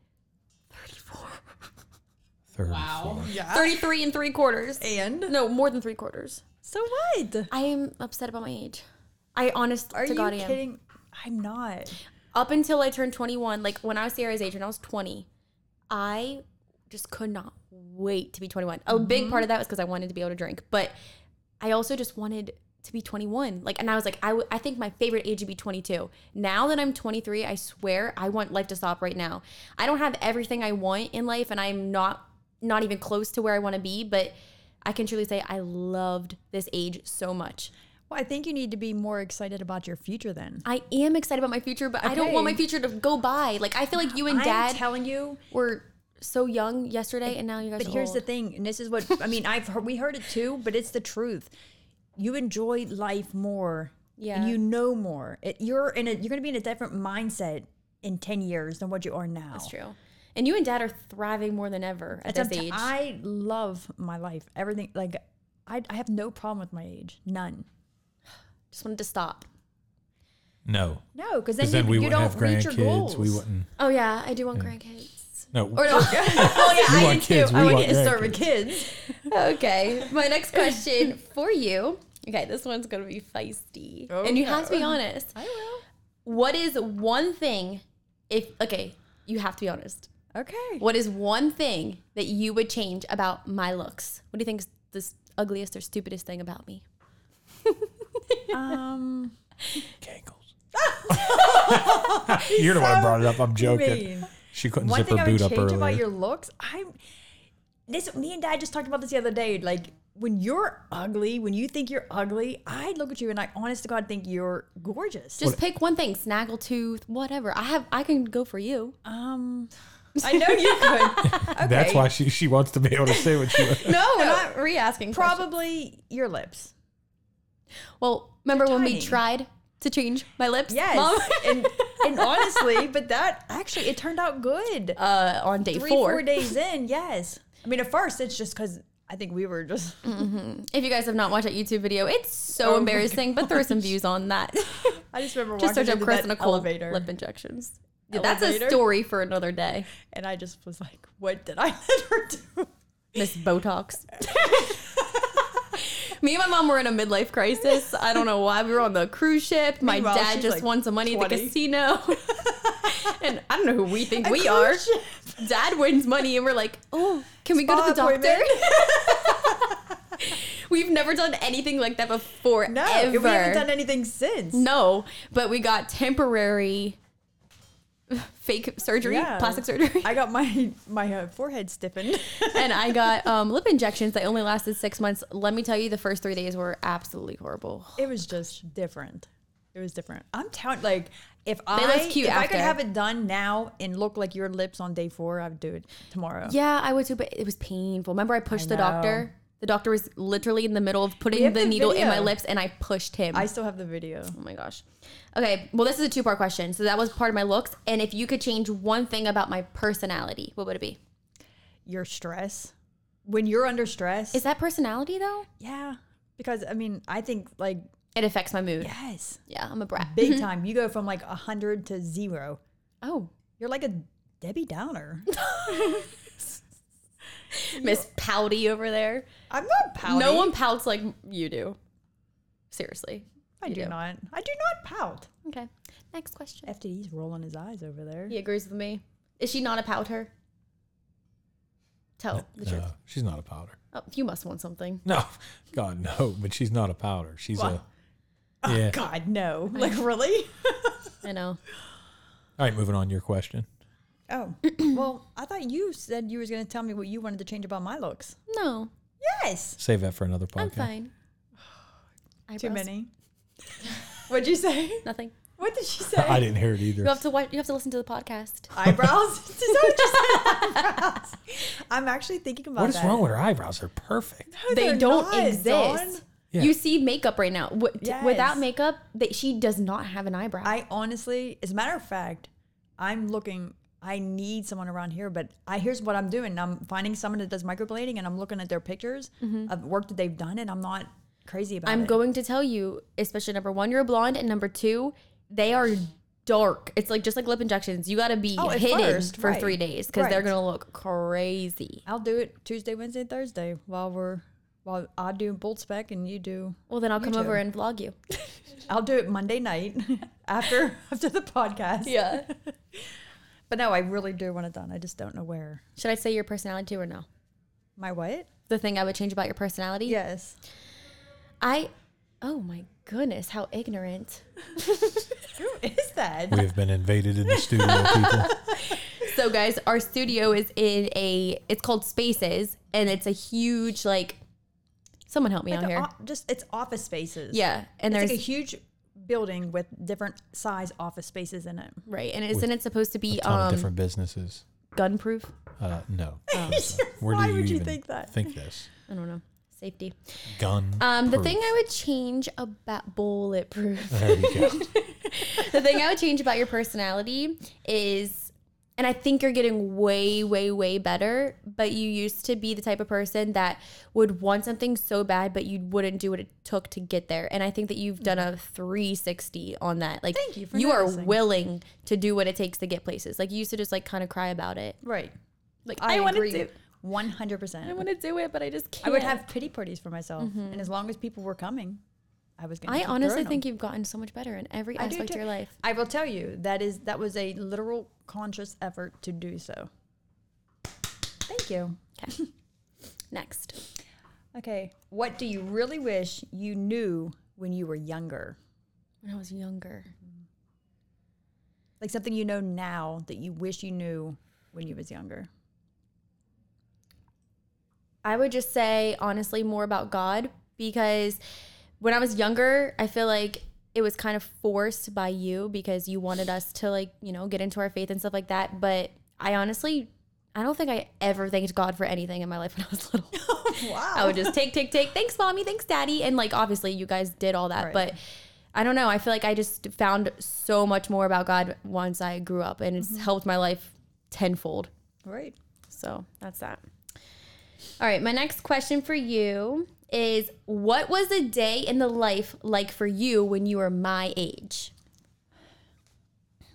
[SPEAKER 4] 34.
[SPEAKER 3] yeah.
[SPEAKER 1] 33 and 3 quarters.
[SPEAKER 3] And
[SPEAKER 1] No, more than 3 quarters.
[SPEAKER 3] so what?
[SPEAKER 1] I am upset about my age. I honest
[SPEAKER 3] Are
[SPEAKER 1] to
[SPEAKER 3] you
[SPEAKER 1] God I am.
[SPEAKER 3] kidding? I'm not.
[SPEAKER 1] Up until I turned 21, like when I was Sierra's age, when I was 20, I just could not wait to be 21. A big part of that was because I wanted to be able to drink, but I also just wanted to be 21. Like, and I was like, I, w- I think my favorite age would be 22. Now that I'm 23, I swear I want life to stop right now. I don't have everything I want in life, and I'm not not even close to where I want to be, but I can truly say I loved this age so much.
[SPEAKER 3] Well, I think you need to be more excited about your future then.
[SPEAKER 1] I am excited about my future, but I don't want
[SPEAKER 3] Okay.
[SPEAKER 1] my future to go by. Like I feel like you and
[SPEAKER 3] I'm
[SPEAKER 1] Dad
[SPEAKER 3] telling you,
[SPEAKER 1] were so young yesterday, and now you guys.
[SPEAKER 3] But
[SPEAKER 1] are
[SPEAKER 3] here's the
[SPEAKER 1] old.
[SPEAKER 3] thing, and this is what I mean. I've heard, we heard it too, but it's the truth. You enjoy life more.
[SPEAKER 1] Yeah.
[SPEAKER 3] And you know more. It, you're in a you're going to be in a different mindset in ten years than what you are now.
[SPEAKER 1] That's true. And you and Dad are thriving more than ever at
[SPEAKER 3] That's
[SPEAKER 1] this
[SPEAKER 3] I'm t-
[SPEAKER 1] age.
[SPEAKER 3] I love my life. Everything like I, I have no problem with my age. None.
[SPEAKER 1] Just wanted to stop.
[SPEAKER 4] No,
[SPEAKER 3] No, because then,
[SPEAKER 4] because then
[SPEAKER 3] you,
[SPEAKER 4] we
[SPEAKER 3] you
[SPEAKER 4] wouldn't
[SPEAKER 3] don't
[SPEAKER 4] have
[SPEAKER 3] reach your
[SPEAKER 4] grandkids.
[SPEAKER 3] goals.
[SPEAKER 4] We wouldn't.
[SPEAKER 1] Oh yeah, I do want grandkids.
[SPEAKER 4] No,
[SPEAKER 1] Or no. oh
[SPEAKER 4] We
[SPEAKER 1] yeah,
[SPEAKER 4] want kids. We want grandkids.
[SPEAKER 3] kids.
[SPEAKER 1] I, okay. My next question for you. Okay, this one's gonna be feisty, and you have to be honest.
[SPEAKER 3] I will.
[SPEAKER 1] What is one thing? If okay, you have to be honest.
[SPEAKER 3] Okay.
[SPEAKER 1] What is one thing that you would change about my looks? What do you think is the s- ugliest or stupidest thing about me?
[SPEAKER 3] Um.
[SPEAKER 4] Cankles. You're the one who brought it up. I'm joking.
[SPEAKER 3] mean.
[SPEAKER 4] She couldn't
[SPEAKER 3] One
[SPEAKER 4] zip
[SPEAKER 3] thing
[SPEAKER 4] her
[SPEAKER 3] I would
[SPEAKER 4] boot
[SPEAKER 3] change
[SPEAKER 4] up earlier.
[SPEAKER 3] about your looks, I'm this. Me and Dad just talked about this the other day. Like when you're ugly, when you think you're ugly, I look at you and I honest to God think you're gorgeous.
[SPEAKER 1] Just pick one thing, snaggletooth, whatever. I have I can go for you.
[SPEAKER 3] um I know you could. Okay.
[SPEAKER 4] That's why she, she wants to be able to say what she wants.
[SPEAKER 1] No, we're not re-asking. Probably.
[SPEAKER 3] probably your lips.
[SPEAKER 1] Well, remember when we
[SPEAKER 3] Tiny.
[SPEAKER 1] tried to change my lips?
[SPEAKER 3] Yes.
[SPEAKER 1] Mom?
[SPEAKER 3] and and honestly, but that actually it turned out good.
[SPEAKER 1] Uh, on day
[SPEAKER 3] Three,
[SPEAKER 1] four.
[SPEAKER 3] four days in, yes. I mean at first it's just cause I think we were just
[SPEAKER 1] If you guys have not watched that YouTube video, it's so
[SPEAKER 3] Oh my
[SPEAKER 1] embarrassing. But throw some views on that.
[SPEAKER 3] I just remember
[SPEAKER 1] Just
[SPEAKER 3] walking
[SPEAKER 1] search up
[SPEAKER 3] into
[SPEAKER 1] Chris
[SPEAKER 3] that
[SPEAKER 1] Nicole
[SPEAKER 3] elevator
[SPEAKER 1] lip injections. Yeah, that's a
[SPEAKER 3] Elevator?
[SPEAKER 1] story for another day.
[SPEAKER 3] and I just was like, what did I let her do?
[SPEAKER 1] Miss Botox. Me and my mom were in a midlife crisis. I don't know why. We were on the cruise ship. My
[SPEAKER 3] Meanwhile,
[SPEAKER 1] dad
[SPEAKER 3] she's
[SPEAKER 1] just
[SPEAKER 3] like
[SPEAKER 1] won some money at the
[SPEAKER 3] 20.
[SPEAKER 1] casino. and I don't know who we think we are. Dad wins money, and we're like, oh, can we go to the
[SPEAKER 3] Spa
[SPEAKER 1] doctor?
[SPEAKER 3] appointment.
[SPEAKER 1] We've never done anything like that before.
[SPEAKER 3] No,
[SPEAKER 1] ever.
[SPEAKER 3] we haven't done anything since.
[SPEAKER 1] No, but we got temporary fake surgery,
[SPEAKER 3] Yeah.
[SPEAKER 1] plastic surgery,
[SPEAKER 3] I got my my uh, forehead stiffened.
[SPEAKER 1] and I got um, lip injections that only lasted six months. Let me tell you, the first three days were absolutely horrible.
[SPEAKER 3] it was just different. It was different. I'm telling like if I
[SPEAKER 1] look cute
[SPEAKER 3] if I
[SPEAKER 1] after.
[SPEAKER 3] could have it done now and look like your lips on day four, I would do it tomorrow.
[SPEAKER 1] Yeah, I would too, but it was painful. Remember, I pushed the
[SPEAKER 3] know.
[SPEAKER 1] doctor. The doctor was literally in the middle of putting
[SPEAKER 3] have
[SPEAKER 1] the
[SPEAKER 3] the
[SPEAKER 1] needle in my
[SPEAKER 3] video.
[SPEAKER 1] lips, and I pushed him.
[SPEAKER 3] I still have the video.
[SPEAKER 1] oh my gosh. Okay, well, this is a two part question. So that was part of my looks. And if you could change one thing about my personality, what would it be?
[SPEAKER 3] Your stress when you're under stress,
[SPEAKER 1] Is that personality though?
[SPEAKER 3] yeah. Because I mean, I think like
[SPEAKER 1] It affects my mood. Yeah, Mm-hmm.
[SPEAKER 3] yes,
[SPEAKER 1] I'm a brat.
[SPEAKER 3] big time. You go from like a hundred to zero.
[SPEAKER 1] Oh,
[SPEAKER 3] You're like a Debbie Downer.
[SPEAKER 1] Miss Pouty over there.
[SPEAKER 3] I'm not pouting.
[SPEAKER 1] No one pouts like you do. Seriously.
[SPEAKER 3] I
[SPEAKER 1] you
[SPEAKER 3] do
[SPEAKER 1] do.
[SPEAKER 3] not. I do not pout.
[SPEAKER 1] Okay. Next question.
[SPEAKER 3] FDD's rolling his eyes over there.
[SPEAKER 1] He agrees with me. Is she not a pouter? Tell the truth.
[SPEAKER 4] No, Uh, she's not a powder.
[SPEAKER 1] Oh, you must want something.
[SPEAKER 4] No, God, no. But she's not a powder. She's a. Yeah.
[SPEAKER 3] Oh, God, no. Like, really?
[SPEAKER 1] I know.
[SPEAKER 4] All right, moving on. Your question.
[SPEAKER 3] Oh, well, I thought you said you was going to tell me what you wanted to change about my looks.
[SPEAKER 1] No,
[SPEAKER 3] Yes.
[SPEAKER 4] Save that for another podcast.
[SPEAKER 1] I'm fine.
[SPEAKER 3] Too
[SPEAKER 1] Eyebrows.
[SPEAKER 3] many. What'd you say?
[SPEAKER 1] Nothing.
[SPEAKER 3] What did she say?
[SPEAKER 4] I didn't hear it
[SPEAKER 1] You
[SPEAKER 4] either.
[SPEAKER 1] have to watch. You have to listen to the podcast.
[SPEAKER 3] Eyebrows? Is that what you said? Eyebrows. I'm actually thinking about
[SPEAKER 4] What is
[SPEAKER 3] that.
[SPEAKER 4] wrong with her eyebrows? They're perfect.
[SPEAKER 3] No,
[SPEAKER 1] they
[SPEAKER 3] they're
[SPEAKER 1] don't
[SPEAKER 3] not,
[SPEAKER 1] exist.
[SPEAKER 3] Dawn.
[SPEAKER 4] Yeah.
[SPEAKER 1] You see makeup right now. Wi- t-
[SPEAKER 3] Yes.
[SPEAKER 1] Without makeup, that she does not have an eyebrow.
[SPEAKER 3] I honestly, as a matter of fact, I'm looking. I need someone around here, but I here's what I'm doing. I'm finding someone that does microblading, and I'm looking at their pictures of work that they've done, and I'm not crazy about
[SPEAKER 1] Mm-hmm. I'm
[SPEAKER 3] it.
[SPEAKER 1] going to tell you, especially number one, you're blonde, and number two, they are dark. It's like just like lip injections. You got to be
[SPEAKER 3] Oh, at
[SPEAKER 1] hidden
[SPEAKER 3] first,
[SPEAKER 1] for
[SPEAKER 3] right.
[SPEAKER 1] three days because they're
[SPEAKER 3] Right.
[SPEAKER 1] gonna look crazy.
[SPEAKER 3] I'll do it Tuesday, Wednesday, and Thursday while we're while I do bold spec and you do.
[SPEAKER 1] Well, then I'll come over
[SPEAKER 3] too.
[SPEAKER 1] and vlog you.
[SPEAKER 3] I'll do it Monday night after after the podcast.
[SPEAKER 1] Yeah.
[SPEAKER 3] But no, I really do want it done. I just don't know where.
[SPEAKER 1] Should I say your personality too or no?
[SPEAKER 3] My what?
[SPEAKER 1] The thing I would change about your personality.
[SPEAKER 3] Yes.
[SPEAKER 1] I. Oh my goodness, how ignorant.
[SPEAKER 3] Who is that?
[SPEAKER 4] We have been invaded in the studio, people.
[SPEAKER 1] So guys, our studio is in a. It's called Spaces, and it's a huge like. Someone help me
[SPEAKER 3] Like
[SPEAKER 1] out
[SPEAKER 3] a
[SPEAKER 1] here.
[SPEAKER 3] o- just it's office spaces.
[SPEAKER 1] yeah, and
[SPEAKER 3] It's
[SPEAKER 1] there's
[SPEAKER 3] like a huge building with different size office spaces in it.
[SPEAKER 1] right, and isn't it supposed to be
[SPEAKER 4] A ton of
[SPEAKER 1] um
[SPEAKER 4] different businesses.
[SPEAKER 1] gunproof?
[SPEAKER 4] Uh, no.
[SPEAKER 3] Oh. Why would you think that?
[SPEAKER 4] Think this
[SPEAKER 1] I don't know. Safety.
[SPEAKER 4] gun.
[SPEAKER 1] Um, the
[SPEAKER 4] proof.
[SPEAKER 1] thing I would change about bulletproof.
[SPEAKER 4] There you go.
[SPEAKER 1] the thing I would change about your personality is, and I think you're getting way, way, way better. But you used to be the type of person that would want something so bad, but you wouldn't do what it took to get there. And I think that you've done a 360 on that. Like
[SPEAKER 3] Thank you for
[SPEAKER 1] are
[SPEAKER 3] noticing.
[SPEAKER 1] willing to do what it takes to get places. Like you used to just like kind of cry about it.
[SPEAKER 3] Right.
[SPEAKER 1] Like
[SPEAKER 3] I,
[SPEAKER 1] want to
[SPEAKER 3] agree.
[SPEAKER 1] do.
[SPEAKER 3] One hundred percent.
[SPEAKER 1] I want to do it, but I just can't.
[SPEAKER 3] I would have pity parties for myself, and as long as people were coming, I was going.
[SPEAKER 1] I honestly think you've gotten so much better in every
[SPEAKER 3] I do
[SPEAKER 1] aspect of
[SPEAKER 3] too.
[SPEAKER 1] your life.
[SPEAKER 3] I will tell you that is that was a literal conscious effort to do so. Thank you.
[SPEAKER 1] Next.
[SPEAKER 3] Okay, what do you really wish you knew when you were younger?
[SPEAKER 1] When I was younger.
[SPEAKER 3] Like something you know now that you wish you knew when you was younger.
[SPEAKER 1] I would just say honestly more about God because when I was younger, I feel like it was kind of forced by you because you wanted us to like, you know, get into our faith and stuff like that, but I honestly I don't think I ever thanked God for anything in my life when I was little.
[SPEAKER 3] Wow.
[SPEAKER 1] I would just take, take, take. Thanks, mommy. Thanks, daddy. And like, obviously, you guys did all that,
[SPEAKER 3] Right.
[SPEAKER 1] but I don't know. I feel like I just found so much more about God once I grew up, and it's helped my life tenfold.
[SPEAKER 3] Right.
[SPEAKER 1] So that's that. All right, my next question for you is: What was a day in the life like for you when you were my age?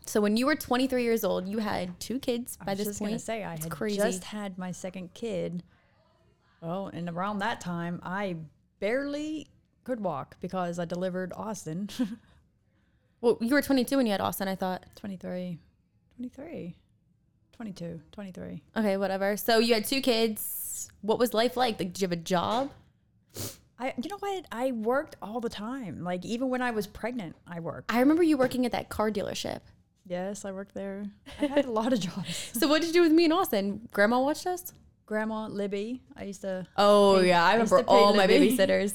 [SPEAKER 1] So when you were 23 years old, you had two kids by
[SPEAKER 3] I was
[SPEAKER 1] this
[SPEAKER 3] just
[SPEAKER 1] point.
[SPEAKER 3] gonna say I
[SPEAKER 1] It's
[SPEAKER 3] had just had my second kid. Well, and around that time, I barely could walk because I delivered Austin,
[SPEAKER 1] Well, you were 22 when you had Austin, I thought.
[SPEAKER 3] 23, 23, 22, 23.
[SPEAKER 1] Okay, whatever. So you had two kids. What was life like? Like, did you have a job?
[SPEAKER 3] I, you know what? I worked all the time. Like even when I was pregnant, I worked.
[SPEAKER 1] I remember you working at that car dealership.
[SPEAKER 3] Yes, I worked there. I had a lot of jobs.
[SPEAKER 1] So what did you do with me and Austin? Grandma watched us.
[SPEAKER 3] Grandma Libby, I used to.
[SPEAKER 1] Oh yeah, I
[SPEAKER 3] used
[SPEAKER 1] remember
[SPEAKER 3] to pay
[SPEAKER 1] all my
[SPEAKER 3] Libby.
[SPEAKER 1] babysitters.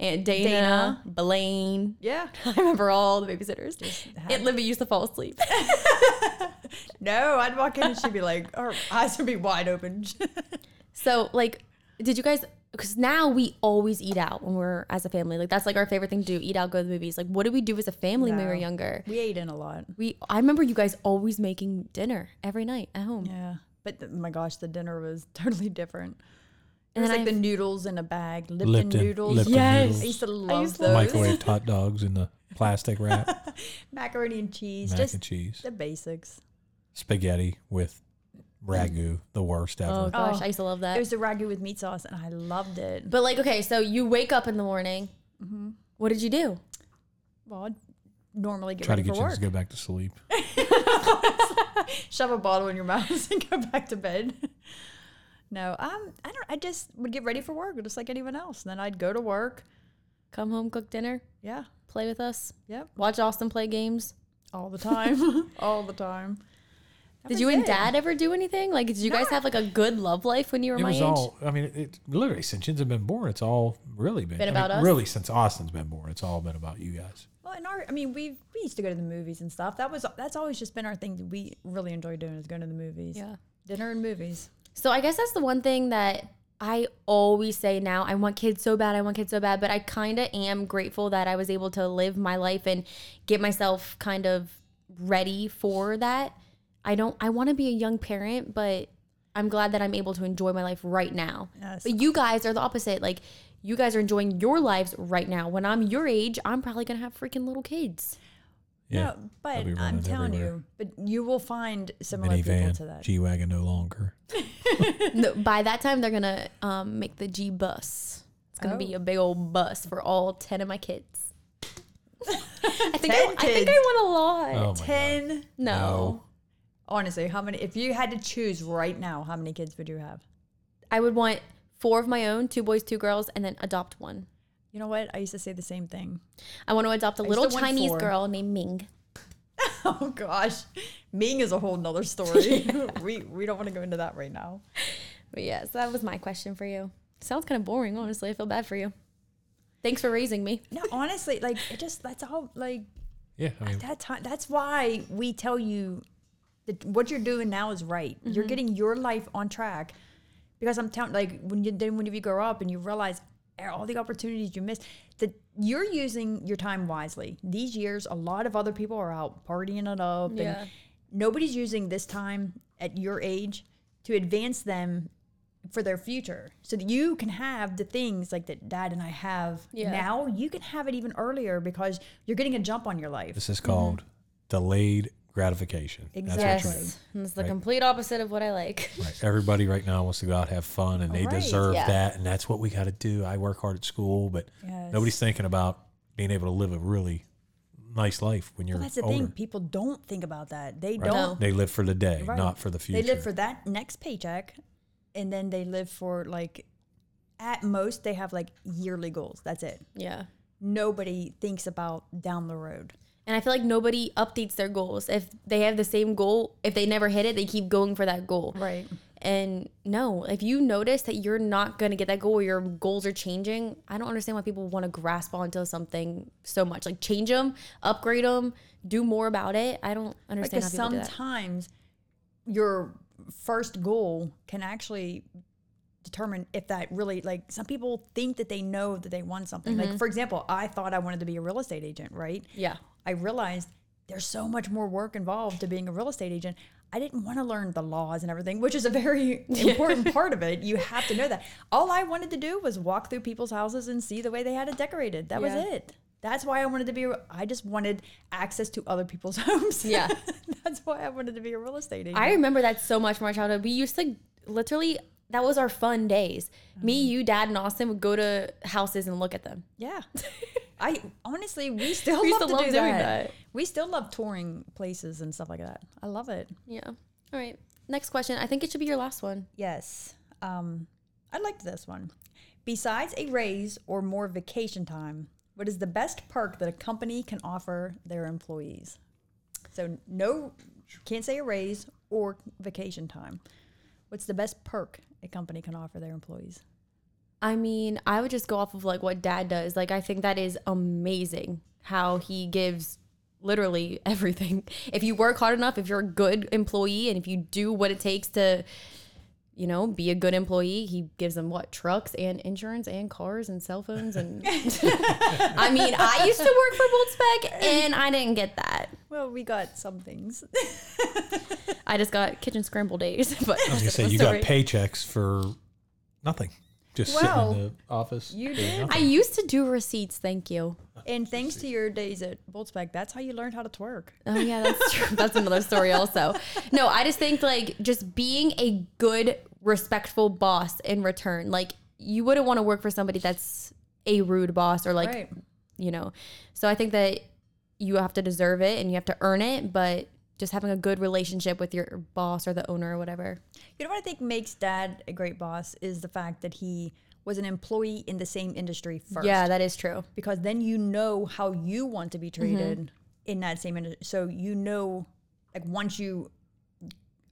[SPEAKER 1] Aunt Dana, Blaine.
[SPEAKER 3] Yeah.
[SPEAKER 1] I remember all the babysitters.
[SPEAKER 3] had-
[SPEAKER 1] Aunt Libby used to fall asleep.
[SPEAKER 3] No, I'd walk in and she'd be like, her eyes would be wide open.
[SPEAKER 1] so like, did you guys? Because now we always eat out when we're as a family. Like that's like our favorite thing to do: eat out, go to the movies. Like, what did we do as a family when we were
[SPEAKER 3] No.
[SPEAKER 1] younger?
[SPEAKER 3] we ate in a lot.
[SPEAKER 1] We I remember you guys always making dinner every night at home.
[SPEAKER 3] Yeah. But th- my gosh, the dinner was totally different. It
[SPEAKER 1] And
[SPEAKER 3] was
[SPEAKER 1] then
[SPEAKER 3] like
[SPEAKER 1] I-
[SPEAKER 3] the noodles in a bag, Lipton,
[SPEAKER 4] Lipton-
[SPEAKER 3] noodles.
[SPEAKER 4] Lipton Yes. noodles.
[SPEAKER 3] I used to love
[SPEAKER 1] used to
[SPEAKER 3] those.
[SPEAKER 4] Microwaved hot dogs in the plastic wrap,
[SPEAKER 3] Macaroni and cheese,
[SPEAKER 4] mac
[SPEAKER 3] just
[SPEAKER 4] and cheese,
[SPEAKER 3] the basics.
[SPEAKER 4] spaghetti with ragu, the worst ever.
[SPEAKER 1] Oh gosh,
[SPEAKER 3] Oh.
[SPEAKER 1] I used to love that.
[SPEAKER 3] It was the ragu with meat sauce, and I loved it.
[SPEAKER 1] But like, okay, so you wake up in the morning.
[SPEAKER 3] Mm-hmm.
[SPEAKER 1] What did you do?
[SPEAKER 3] Well, I'd normally get
[SPEAKER 4] Try to
[SPEAKER 3] ready
[SPEAKER 4] get
[SPEAKER 3] for
[SPEAKER 4] you
[SPEAKER 3] work.
[SPEAKER 4] to go back to sleep.
[SPEAKER 3] Shove a bottle in your mouth and go back to bed. No, um, I don't. I just would get ready for work, just like anyone else. And then I'd go to work.
[SPEAKER 1] Come home, cook dinner,
[SPEAKER 3] Yeah,
[SPEAKER 1] play with us,
[SPEAKER 3] yep,
[SPEAKER 1] watch Austin play games.
[SPEAKER 3] all the time, all the time. That
[SPEAKER 1] Did
[SPEAKER 3] was
[SPEAKER 1] you and
[SPEAKER 3] it.
[SPEAKER 1] Dad ever do anything? Like, did you guys have like a good love life when you were
[SPEAKER 4] It
[SPEAKER 1] my
[SPEAKER 4] was
[SPEAKER 1] age?
[SPEAKER 4] all. I mean, it literally since kids have been born, it's all really been,
[SPEAKER 1] Been
[SPEAKER 4] I mean,
[SPEAKER 1] about us?
[SPEAKER 4] Really, since Austin's been born, it's all been about you guys.
[SPEAKER 3] Well, in our, I mean, we we used to go to the movies and stuff. That was that's always just been our thing. That we really enjoy doing is going to the movies.
[SPEAKER 1] Yeah.
[SPEAKER 3] dinner and movies.
[SPEAKER 1] So I guess that's the one thing that I always say now. I want kids so bad. I want kids so bad. But I kind of am grateful that I was able to live my life and get myself kind of ready for that. I don't. I want to be a young parent, but I'm glad that I'm able to enjoy my life right now.
[SPEAKER 3] Yes.
[SPEAKER 1] But you guys are the opposite. Like you guys are enjoying your lives right now. When I'm your age, I'm probably gonna have freaking little kids.
[SPEAKER 4] Yeah,
[SPEAKER 3] No,
[SPEAKER 4] They'll
[SPEAKER 3] but
[SPEAKER 4] be
[SPEAKER 3] I'm
[SPEAKER 4] running
[SPEAKER 3] telling
[SPEAKER 4] everywhere.
[SPEAKER 3] you, but you will find similar people to
[SPEAKER 4] minivan,
[SPEAKER 3] that.
[SPEAKER 4] G wagon, no longer.
[SPEAKER 1] No, by that time, they're gonna um, make the G bus. It's gonna be
[SPEAKER 3] Oh.
[SPEAKER 1] a big old bus for all ten of my kids. I think I,
[SPEAKER 3] Ten
[SPEAKER 1] I think
[SPEAKER 3] kids.
[SPEAKER 1] I want a lot.
[SPEAKER 4] Oh my god.
[SPEAKER 3] Ten.
[SPEAKER 1] no.
[SPEAKER 4] No.
[SPEAKER 3] Honestly, how many? If you had to choose right now, how many kids would you have?
[SPEAKER 1] I would want four of my own, two boys, two girls, and then adopt one.
[SPEAKER 3] You know what? I used to say the same thing.
[SPEAKER 1] I want to adopt a
[SPEAKER 3] I
[SPEAKER 1] little
[SPEAKER 3] still want
[SPEAKER 1] Chinese
[SPEAKER 3] four.
[SPEAKER 1] girl named Ming.
[SPEAKER 3] Oh gosh, Ming is a whole nother story. we we don't want to go into that right now.
[SPEAKER 1] But yeah, so that was my question for you. Sounds kind of boring, honestly. I feel bad for you. Thanks for raising me.
[SPEAKER 3] No, honestly, like it just that's all like
[SPEAKER 4] Yeah, I mean,
[SPEAKER 3] that time that's why we tell you that what you're doing now is right you're
[SPEAKER 1] Mm-hmm.
[SPEAKER 3] getting your life on track because i'm telling like when you then when you grow up and you realize all the opportunities you missed that you're using your time wisely these years a lot of other people are out partying it up
[SPEAKER 1] Yeah.
[SPEAKER 3] and nobody's using this time at your age to advance them for their future so that you can have the things like that dad and i have
[SPEAKER 1] Yeah.
[SPEAKER 3] now you can have it even earlier because you're getting a jump on your life
[SPEAKER 4] this is called delayed gratification. That's what
[SPEAKER 3] Mm-hmm. Yes.
[SPEAKER 4] you're-
[SPEAKER 3] Yes.
[SPEAKER 1] It's the
[SPEAKER 4] Right.
[SPEAKER 1] complete opposite of what I like.
[SPEAKER 4] Right. Everybody right now wants to go out have fun and they
[SPEAKER 3] Right,
[SPEAKER 4] deserve
[SPEAKER 1] yeah.
[SPEAKER 4] that and that's what we got to do. I work hard at school, but
[SPEAKER 3] Yes.
[SPEAKER 4] nobody's thinking about being able to live a really nice life when you're
[SPEAKER 3] Well, that's the
[SPEAKER 4] older.
[SPEAKER 3] thing. People don't think about that. They
[SPEAKER 4] right?
[SPEAKER 3] don't.
[SPEAKER 4] They live for the day,
[SPEAKER 3] Right.
[SPEAKER 4] not for the future.
[SPEAKER 3] They live for that next paycheck, and then they live for like, at most they have like yearly goals. That's it.
[SPEAKER 1] Yeah.
[SPEAKER 3] Nobody thinks about down the road.
[SPEAKER 1] And I feel like nobody updates their goals. If they have the same goal, if they never hit it, they keep going for that goal.
[SPEAKER 3] Right.
[SPEAKER 1] And no, if you notice that you're not going to get that goal or your goals are changing, I don't understand why people want to grasp onto something so much. Like change them, upgrade them, do more about it. I don't understand
[SPEAKER 3] because
[SPEAKER 1] how people do that.
[SPEAKER 3] sometimes your first goal can actually determine if that really like some people think that they know that they want something like for example i thought i wanted to be a real estate agent right
[SPEAKER 1] Mm-hmm. Yeah.
[SPEAKER 3] i realized there's so much more work involved to being a real estate agent i didn't want to learn the laws and everything which is a very important part of it you have to know that all i wanted to do was walk through people's houses and see the way they had it decorated that was
[SPEAKER 5] Yeah.
[SPEAKER 3] it that's why i wanted to be a- i just wanted access to other people's homes
[SPEAKER 1] Yeah.
[SPEAKER 3] that's why I wanted to be a real estate agent.
[SPEAKER 1] I remember that so much from our childhood. We used to literally, that was our fun days. Me, you, dad, and Austin would go to houses and look at them.
[SPEAKER 3] yeah. I honestly, we still
[SPEAKER 1] We
[SPEAKER 3] love
[SPEAKER 1] still
[SPEAKER 3] to
[SPEAKER 1] love
[SPEAKER 3] do
[SPEAKER 1] doing
[SPEAKER 3] that.
[SPEAKER 1] that.
[SPEAKER 3] We still love touring places and stuff like that. I love it.
[SPEAKER 1] Yeah. All right. Next question. I think it should be your last one.
[SPEAKER 3] Yes. Um, I liked this one. Besides a raise or more vacation time, what is the best perk that a company can offer their employees? So no, can't say a raise or vacation time. What's the best perk a company can offer their employees?
[SPEAKER 1] I mean, I would just go off of like what dad does. Like, I think that is amazing how he gives literally everything. If you work hard enough, if you're a good employee, and if you do what it takes to, you know, be a good employee, he gives them what trucks and insurance and cars and cell phones. And I mean, I used to work for Bolt Spec and I didn't get that.
[SPEAKER 3] Well, we got some things.
[SPEAKER 1] I just got kitchen scrambled days. But
[SPEAKER 4] I was gonna say you got paychecks for nothing, just
[SPEAKER 3] Well,
[SPEAKER 4] sitting in the office.
[SPEAKER 3] you
[SPEAKER 4] doing
[SPEAKER 3] did.
[SPEAKER 4] nothing.
[SPEAKER 1] I used to do receipts. Thank you.
[SPEAKER 3] And thanks to your days at Boltzbeck, that's how you learned how to twerk.
[SPEAKER 1] Oh yeah, that's true. that's another story also. No, I just think like just being a good, respectful boss in return. Like you wouldn't want to work for somebody that's a rude boss or like
[SPEAKER 3] right.
[SPEAKER 1] you know. So I think that you have to deserve it and you have to earn it, but just having a good relationship with your boss or the owner or whatever.
[SPEAKER 3] You know what I think makes dad a great boss is the fact that he was an employee in the same industry first.
[SPEAKER 1] Yeah, that is true.
[SPEAKER 3] Because then you know how you want to be treated in that same industry. So you know, like, once you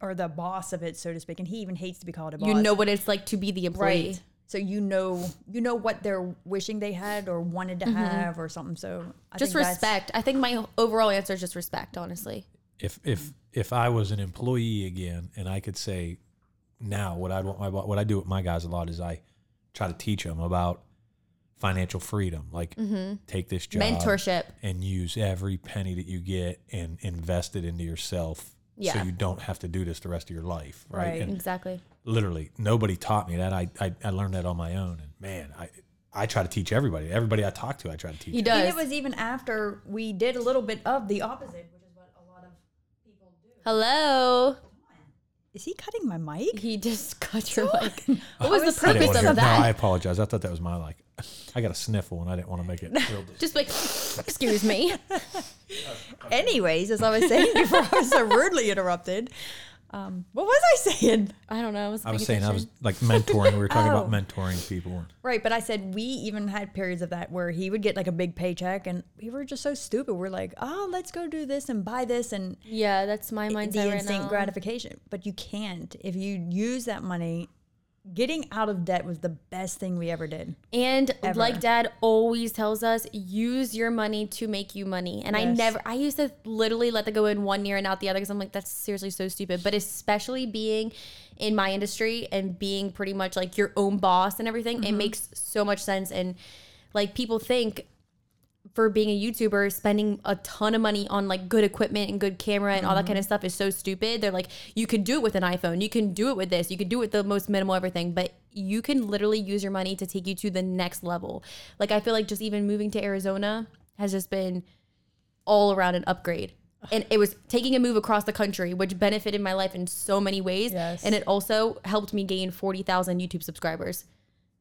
[SPEAKER 3] are the boss of it, so to speak, and he even hates to be called a boss.
[SPEAKER 1] You know what it's like to be the employee.
[SPEAKER 3] Right. So you know, you know what they're wishing they had or wanted to have or something. So I
[SPEAKER 1] Just
[SPEAKER 3] think that's-
[SPEAKER 1] respect. I think my overall answer is just respect, honestly.
[SPEAKER 4] if if if I was an employee again and I could say now what I want my bo- what I do with my guys a lot is I try to teach them about financial freedom, like take this job
[SPEAKER 1] Mm-hmm. Mentorship.
[SPEAKER 4] and use every penny that you get and invest it into yourself. So
[SPEAKER 1] Yeah.
[SPEAKER 4] you don't have to do this the rest of your life, right?
[SPEAKER 3] Right.
[SPEAKER 4] And
[SPEAKER 1] Exactly.
[SPEAKER 4] literally nobody taught me that. I, I I learned that on my own, and man, I I try to teach everybody. Everybody I talk to, I try to teach.
[SPEAKER 1] He
[SPEAKER 4] them.
[SPEAKER 1] does.
[SPEAKER 3] And it was even after we did a little bit of the opposite, which is what a lot of.
[SPEAKER 1] Hello.
[SPEAKER 3] Is he cutting my mic?
[SPEAKER 1] He just cut your mic. What
[SPEAKER 3] I
[SPEAKER 1] was
[SPEAKER 3] was
[SPEAKER 1] the
[SPEAKER 3] so
[SPEAKER 4] I didn't
[SPEAKER 1] purpose
[SPEAKER 4] wanna
[SPEAKER 1] of
[SPEAKER 4] hear-
[SPEAKER 1] that?
[SPEAKER 4] No, I apologize. I thought that was my like. I got a sniffle, and I didn't want to make it. Real
[SPEAKER 1] just like, excuse me.
[SPEAKER 3] Anyways, as I was saying before, I was so rudely interrupted. Um, what was I saying?
[SPEAKER 1] I don't know. I was,
[SPEAKER 4] I was saying I was like mentoring. We were talking
[SPEAKER 3] Oh.
[SPEAKER 4] about mentoring people.
[SPEAKER 3] Right, but I said we even had periods of that where he would get like a big paycheck, and we were just so stupid. We're like, oh, let's go do this and buy this and
[SPEAKER 1] Yeah, that's my mindset
[SPEAKER 3] the
[SPEAKER 1] right
[SPEAKER 3] instant
[SPEAKER 1] now.
[SPEAKER 3] gratification. But you can't if you use that money. Getting out of debt was the best thing we ever did.
[SPEAKER 1] and
[SPEAKER 3] Ever.
[SPEAKER 1] like Dad always tells us, use your money to make you money. And I
[SPEAKER 3] Yes.
[SPEAKER 1] never, I used to literally let that go in one ear and out the other because I'm like, that's seriously so stupid. But especially being in my industry and being pretty much like your own boss and everything,
[SPEAKER 3] Mm-hmm.
[SPEAKER 1] it makes so much sense. And like people think for being a YouTuber, spending a ton of money on like good equipment and good camera and all that kind of stuff is so stupid. They're like, you can do it with an iPhone, you can do it with this, you can do it with the most minimal everything, but you can literally use your money to take you to the next level. Like I feel like just even moving to Arizona has just been all around an upgrade. And it was taking a move across the country, which benefited my life in so many ways.
[SPEAKER 3] Yes.
[SPEAKER 1] And it also helped me gain 40,000 YouTube subscribers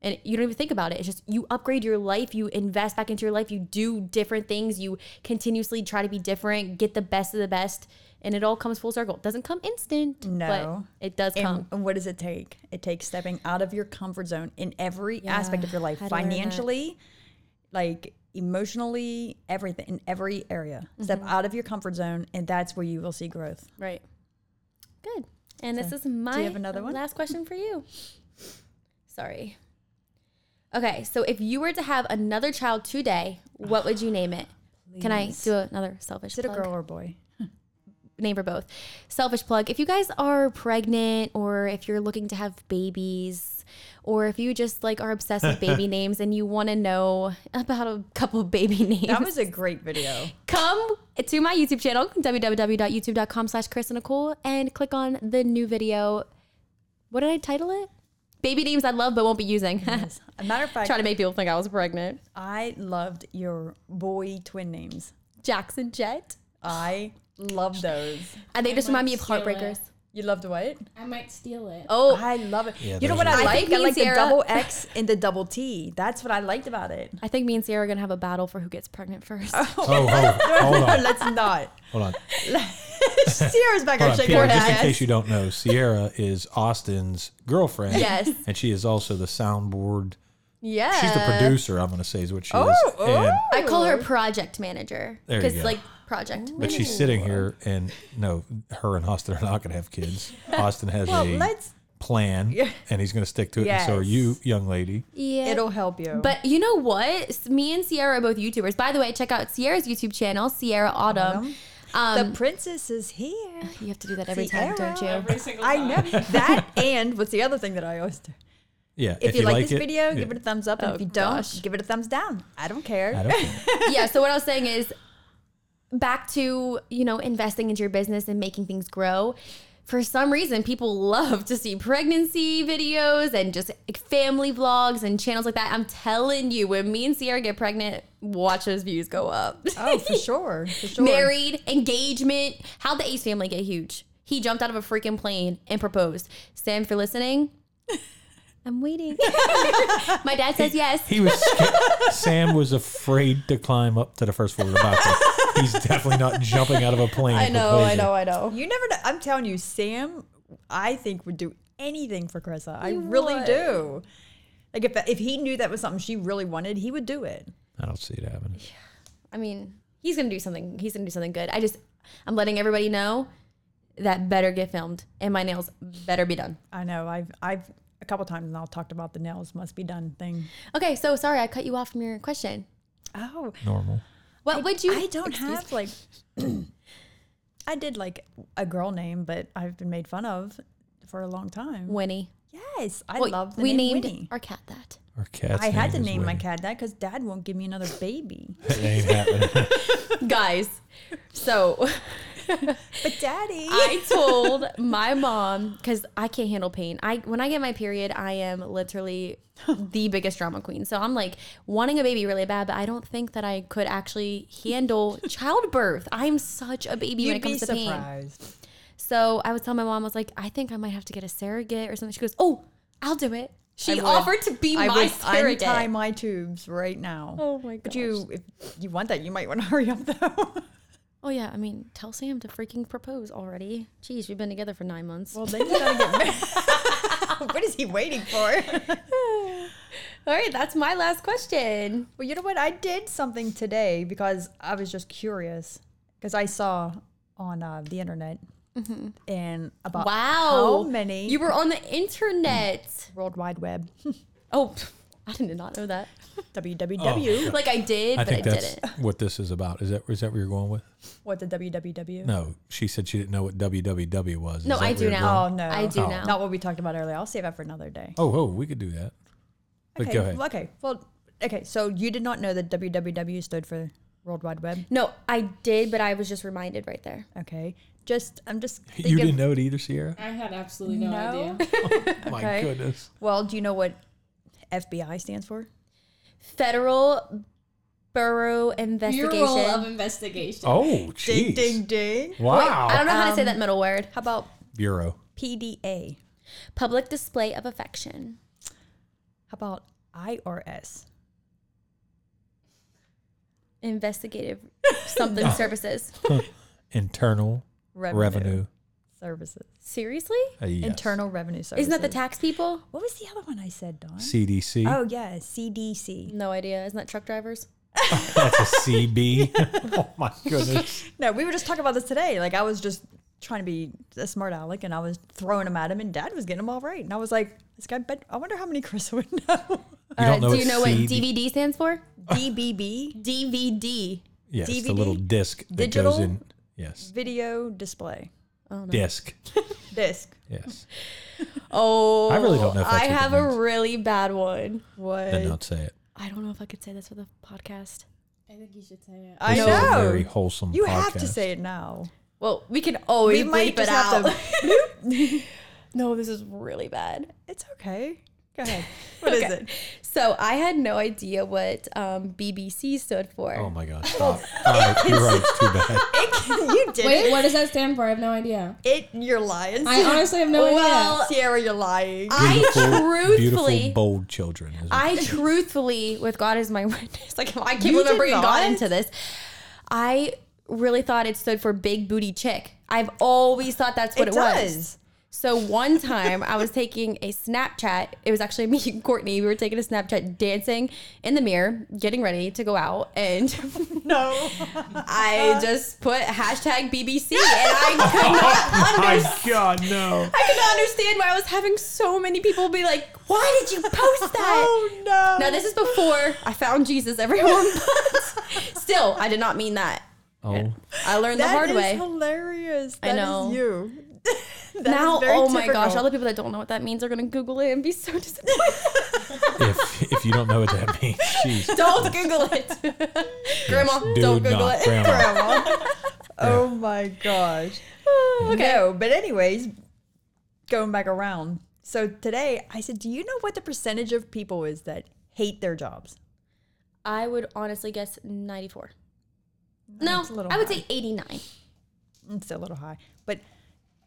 [SPEAKER 1] and you don't even think about it. It's just you upgrade your life, you invest back into your life, you do different things, you continuously try to be different, get the best of the best, and it all comes full circle. It doesn't come instant,
[SPEAKER 3] No.
[SPEAKER 1] but it does
[SPEAKER 3] And,
[SPEAKER 1] come.
[SPEAKER 3] and what does it take? It takes stepping out of your comfort zone in every aspect of your life,
[SPEAKER 1] had to learn that.
[SPEAKER 3] financially, like emotionally, everything, in every
[SPEAKER 1] Mm-hmm.
[SPEAKER 3] area. Step out of your comfort zone, and that's where you will see growth.
[SPEAKER 1] Right. Good. And this is my
[SPEAKER 3] have another one?
[SPEAKER 1] last question for you. Sorry. Okay, so if you were to have another child today, what would you name it? Can I do another selfish?
[SPEAKER 3] Is it a
[SPEAKER 1] plug?
[SPEAKER 3] girl or a boy?
[SPEAKER 1] name for both. Selfish plug. If you guys are pregnant or if you're looking to have babies or if you just like are obsessed with baby names and you want to know about a couple of baby names,
[SPEAKER 3] That was a great video.
[SPEAKER 1] come to my YouTube channel, www.youtube.com slash Chris and Nicole and click on the new video. What did I title it? Baby names I love but won't be using.
[SPEAKER 3] A matter of fact,
[SPEAKER 1] Trying to make people think I was pregnant.
[SPEAKER 3] I loved your boy twin names.
[SPEAKER 1] Jackson Jet.
[SPEAKER 3] I love those.
[SPEAKER 1] And they just remind me of
[SPEAKER 5] Steal it.
[SPEAKER 1] Heartbreakers.
[SPEAKER 3] You loved what?
[SPEAKER 5] I might steal it.
[SPEAKER 1] Oh,
[SPEAKER 3] I love it.
[SPEAKER 4] Yeah,
[SPEAKER 3] you know
[SPEAKER 4] those
[SPEAKER 3] what
[SPEAKER 4] are-
[SPEAKER 3] I
[SPEAKER 4] I
[SPEAKER 1] think
[SPEAKER 3] like?
[SPEAKER 1] me
[SPEAKER 3] I
[SPEAKER 1] and
[SPEAKER 3] like the
[SPEAKER 1] Sarah-
[SPEAKER 3] double X and the double T. That's what I liked about it.
[SPEAKER 1] I think me and Sarah are going to have a battle for who gets pregnant first.
[SPEAKER 4] Oh, hold, hold on,
[SPEAKER 3] Let's not.
[SPEAKER 4] hold on.
[SPEAKER 3] Sierra's back
[SPEAKER 4] Hold
[SPEAKER 3] there
[SPEAKER 4] on,
[SPEAKER 3] shaking
[SPEAKER 4] Pierre,
[SPEAKER 3] her
[SPEAKER 4] just in
[SPEAKER 3] head.
[SPEAKER 4] case you don't know, Sierra is Austin's girlfriend.
[SPEAKER 1] Yes.
[SPEAKER 4] And she is also the soundboard.
[SPEAKER 1] yeah.
[SPEAKER 4] She's the producer, I'm going to say, is what she is.
[SPEAKER 3] Oh, oh.
[SPEAKER 4] And,
[SPEAKER 1] I call her project manager
[SPEAKER 4] There you
[SPEAKER 1] because
[SPEAKER 4] go.
[SPEAKER 1] like project.
[SPEAKER 4] but she's sitting here, and no, her and Austin are not going to have kids. Austin has
[SPEAKER 3] Well,
[SPEAKER 4] a
[SPEAKER 3] let's-
[SPEAKER 4] plan, and he's going to stick to it. And so are
[SPEAKER 3] Yes.
[SPEAKER 4] you, young lady.
[SPEAKER 1] Yeah.
[SPEAKER 3] It'll help you.
[SPEAKER 1] but you know what? S- Me and Sierra are both YouTubers. By the way, check out Sierra's YouTube channel, Sierra Autumn.
[SPEAKER 3] the princess is here.
[SPEAKER 1] You have to do that um, every time,
[SPEAKER 3] Sierra.
[SPEAKER 1] don't you?
[SPEAKER 5] Every single
[SPEAKER 3] I
[SPEAKER 5] time.
[SPEAKER 3] know that. And what's the other thing that I always do?
[SPEAKER 4] Yeah.
[SPEAKER 3] If, you, like, this
[SPEAKER 4] it,
[SPEAKER 3] video,
[SPEAKER 4] yeah.
[SPEAKER 3] give it a thumbs up. and if you don't,
[SPEAKER 1] gosh.
[SPEAKER 3] give it a thumbs down. I don't care.
[SPEAKER 4] I don't care.
[SPEAKER 1] yeah. So what I was saying is, back to you know investing into your business and making things grow. For some reason, people love to see pregnancy videos and just like, family vlogs and channels like that. I'm telling you, when me and Sierra get pregnant, watch those views go up.
[SPEAKER 3] Oh, for sure. For sure.
[SPEAKER 1] married, engagement. How'd the Ace family get huge? He jumped out of a freaking plane and proposed. Sam, if you're listening, I'm waiting. My dad says yes.
[SPEAKER 4] He was sca- Sam was afraid to climb up to the first floor of the balcony. He's definitely not jumping out of a plane. I
[SPEAKER 1] I know.
[SPEAKER 3] You never know. I'm telling you, Sam, I think would do anything for Carissa. I really
[SPEAKER 1] would.
[SPEAKER 3] do. Like if if he knew that was something she really wanted, he would do it.
[SPEAKER 4] I don't see it happening.
[SPEAKER 1] I mean, he's gonna do something. He's gonna do something good. I just, I'm letting everybody know that better get filmed and my nails better be done.
[SPEAKER 3] I know. I've I've a couple times now talked about the nails must be done thing.
[SPEAKER 1] Okay, so sorry I cut you off from your question.
[SPEAKER 3] Oh,
[SPEAKER 4] Normal.
[SPEAKER 1] What would you?
[SPEAKER 3] I don't
[SPEAKER 1] Excuse-
[SPEAKER 3] have like. I did like a girl name, but I've been made fun of for a long time.
[SPEAKER 1] Winnie.
[SPEAKER 3] Yes, I
[SPEAKER 1] Well,
[SPEAKER 3] love the
[SPEAKER 1] we
[SPEAKER 3] name
[SPEAKER 1] named
[SPEAKER 3] Winnie.
[SPEAKER 1] our cat that.
[SPEAKER 4] Our cat's
[SPEAKER 3] I had to
[SPEAKER 4] is
[SPEAKER 3] name my
[SPEAKER 4] Winnie.
[SPEAKER 3] cat that because Dad won't give me another baby.
[SPEAKER 4] That ain't happening.
[SPEAKER 1] Guys, so
[SPEAKER 3] but Daddy,
[SPEAKER 1] I told my mom because I can't handle pain. I when I get my period, I am literally the biggest drama queen. So I'm like wanting a baby really bad, but I don't think that I could actually handle childbirth. I'm such a baby when it
[SPEAKER 3] you'd be
[SPEAKER 1] comes to pain.
[SPEAKER 3] surprised.
[SPEAKER 1] So I was telling my mom, I was like, I think I might have to get a surrogate or something. She goes, Oh, I'll do it. She
[SPEAKER 3] I would.
[SPEAKER 1] offered to be
[SPEAKER 3] I
[SPEAKER 1] my
[SPEAKER 3] would
[SPEAKER 1] surrogate.
[SPEAKER 3] untie my tubes right now.
[SPEAKER 1] Oh my
[SPEAKER 3] But you, if you want that, you might want to hurry up though.
[SPEAKER 1] oh yeah, I mean, tell Sam to freaking propose already. Jeez, we've been together for nine months.
[SPEAKER 3] well, then you gotta get married. what is he waiting for?
[SPEAKER 1] All right, that's my last question.
[SPEAKER 3] Well, you know what? I did something today because I was just curious because I saw on uh, the internet and about
[SPEAKER 1] Mm-hmm. Wow.
[SPEAKER 3] how many
[SPEAKER 1] You were on the internet.
[SPEAKER 3] World Wide Web,
[SPEAKER 1] Oh, pff, I did not know that.
[SPEAKER 3] www.
[SPEAKER 1] Like I did,
[SPEAKER 4] I
[SPEAKER 1] but I
[SPEAKER 4] think that's
[SPEAKER 1] didn't.
[SPEAKER 4] what this is about. Is that is that what you're going with?
[SPEAKER 3] What the www?
[SPEAKER 4] No, she said she didn't know what www was. Is
[SPEAKER 1] No,
[SPEAKER 4] that
[SPEAKER 1] I
[SPEAKER 4] what
[SPEAKER 1] do
[SPEAKER 4] you're
[SPEAKER 1] now.
[SPEAKER 4] going-
[SPEAKER 3] Oh no,
[SPEAKER 1] I do
[SPEAKER 4] Oh.
[SPEAKER 1] now.
[SPEAKER 3] Not what we talked about earlier. I'll save that for another day.
[SPEAKER 4] Oh, oh, we could do that. But
[SPEAKER 3] okay.
[SPEAKER 4] go ahead.
[SPEAKER 3] well, Okay. Well, okay. So you did not know that www stood for World Wide Web.
[SPEAKER 1] No, I did, but I was just reminded right there.
[SPEAKER 3] Okay. Just I'm just thinking.
[SPEAKER 4] you didn't know it either, Sierra.
[SPEAKER 5] I had absolutely no,
[SPEAKER 3] No.
[SPEAKER 5] idea.
[SPEAKER 4] My
[SPEAKER 3] Okay.
[SPEAKER 4] goodness.
[SPEAKER 3] Well, do you know what FBI stands for?
[SPEAKER 1] Federal Bureau Investigation.
[SPEAKER 5] Bureau of Investigation.
[SPEAKER 4] Oh, jeez.
[SPEAKER 3] ding.
[SPEAKER 1] Wait,
[SPEAKER 4] Wow.
[SPEAKER 1] I don't know how to say
[SPEAKER 3] Um,
[SPEAKER 1] that middle word.
[SPEAKER 3] How about
[SPEAKER 4] Bureau.
[SPEAKER 3] PDA?
[SPEAKER 1] Public display of affection.
[SPEAKER 3] How about IRS?
[SPEAKER 1] Investigative something services.
[SPEAKER 4] Internal
[SPEAKER 3] Revenue,
[SPEAKER 4] revenue.
[SPEAKER 3] services.
[SPEAKER 1] Seriously?
[SPEAKER 4] Uh, yes.
[SPEAKER 3] Internal revenue services.
[SPEAKER 1] Isn't that the tax people?
[SPEAKER 3] What was the other one I said, Don?
[SPEAKER 4] CDC.
[SPEAKER 3] oh yeah, CDC.
[SPEAKER 1] No idea. Isn't that truck drivers?
[SPEAKER 4] That's a CB. oh my goodness.
[SPEAKER 3] No, we were just talking about this today. Like I was just trying to be a smart aleck and I was throwing them at him and dad was getting them all right. And I was like, this guy, bet I wonder how many Chris would know.
[SPEAKER 4] You don't know
[SPEAKER 1] Uh, do
[SPEAKER 4] what
[SPEAKER 1] you know what
[SPEAKER 4] CD
[SPEAKER 1] DVD stands for?
[SPEAKER 3] DBB,
[SPEAKER 1] DVD.
[SPEAKER 4] Yes, the
[SPEAKER 3] DVD?
[SPEAKER 4] little disc that
[SPEAKER 3] Digital?
[SPEAKER 4] goes in. Yes,
[SPEAKER 3] video display,
[SPEAKER 4] disc.
[SPEAKER 3] disc.
[SPEAKER 4] Yes,
[SPEAKER 1] Oh,
[SPEAKER 4] I really don't know if that's
[SPEAKER 1] I
[SPEAKER 4] what that
[SPEAKER 1] have a
[SPEAKER 4] means.
[SPEAKER 1] really bad one.
[SPEAKER 3] What?
[SPEAKER 4] then don't say it.
[SPEAKER 1] I don't know if I could say this for the podcast.
[SPEAKER 5] I think you should say it.
[SPEAKER 3] I
[SPEAKER 4] This
[SPEAKER 3] know.
[SPEAKER 4] is a very wholesome.
[SPEAKER 3] you have to
[SPEAKER 4] podcast.
[SPEAKER 3] say it now.
[SPEAKER 1] Well, we can always
[SPEAKER 3] we
[SPEAKER 1] bleep
[SPEAKER 3] might
[SPEAKER 1] it
[SPEAKER 3] just
[SPEAKER 1] out.
[SPEAKER 3] have to.
[SPEAKER 1] no, this is really bad.
[SPEAKER 3] it's okay. Go ahead. What is
[SPEAKER 1] Okay.
[SPEAKER 3] it?
[SPEAKER 1] So I had no idea what um, BBC stood for.
[SPEAKER 4] Oh my God! Stop. All right, you're right. It's too bad.
[SPEAKER 3] you did
[SPEAKER 5] Wait, what does that stand for? I have no idea.
[SPEAKER 3] it. You're lying.
[SPEAKER 5] I honestly have no idea.
[SPEAKER 3] well, Sierra, you're lying.
[SPEAKER 1] Uh, I
[SPEAKER 4] Oh beautiful,
[SPEAKER 1] truthfully,
[SPEAKER 4] bold children. is what-
[SPEAKER 1] I truthfully, with God as my witness, like I keep
[SPEAKER 3] You did
[SPEAKER 1] remembering
[SPEAKER 3] not?
[SPEAKER 1] God into this. I really thought it stood for big booty chick. I've always thought that's what it, was. So one time I was taking a Snapchat. It was actually me and Courtney. We were taking a Snapchat dancing in the mirror, getting ready to go out. And
[SPEAKER 3] No.
[SPEAKER 1] I just put hashtag BBC. And I could not, under-
[SPEAKER 4] my God, no!
[SPEAKER 1] I could not understand why I was having so many people be like, why did you post that?
[SPEAKER 3] Oh no.
[SPEAKER 1] Now, this is before I found Jesus, everyone. But still, I did not mean that.
[SPEAKER 4] Oh,
[SPEAKER 1] I learned
[SPEAKER 3] That
[SPEAKER 1] the hard
[SPEAKER 3] is
[SPEAKER 1] way.
[SPEAKER 3] hilarious.
[SPEAKER 1] I
[SPEAKER 3] That is
[SPEAKER 1] know.
[SPEAKER 3] you. That is
[SPEAKER 1] Now,
[SPEAKER 3] very
[SPEAKER 1] oh my gosh,
[SPEAKER 3] typical.
[SPEAKER 1] all the people that don't know what that means are going to Google it and be so disappointed.
[SPEAKER 4] if if you don't know what that means, jeez.
[SPEAKER 1] Don't Google it. Grandma,
[SPEAKER 4] do
[SPEAKER 1] don't Google
[SPEAKER 4] not,
[SPEAKER 1] it.
[SPEAKER 4] Grandma.
[SPEAKER 3] Oh my gosh.
[SPEAKER 1] okay.
[SPEAKER 3] No, but anyways, going back around. So today I said, Do you know what the percentage of people is that hate their jobs?
[SPEAKER 1] I would honestly guess 94.
[SPEAKER 3] That's a
[SPEAKER 1] no,
[SPEAKER 3] little
[SPEAKER 1] I would
[SPEAKER 3] high.
[SPEAKER 1] say 89.
[SPEAKER 3] It's a little high. But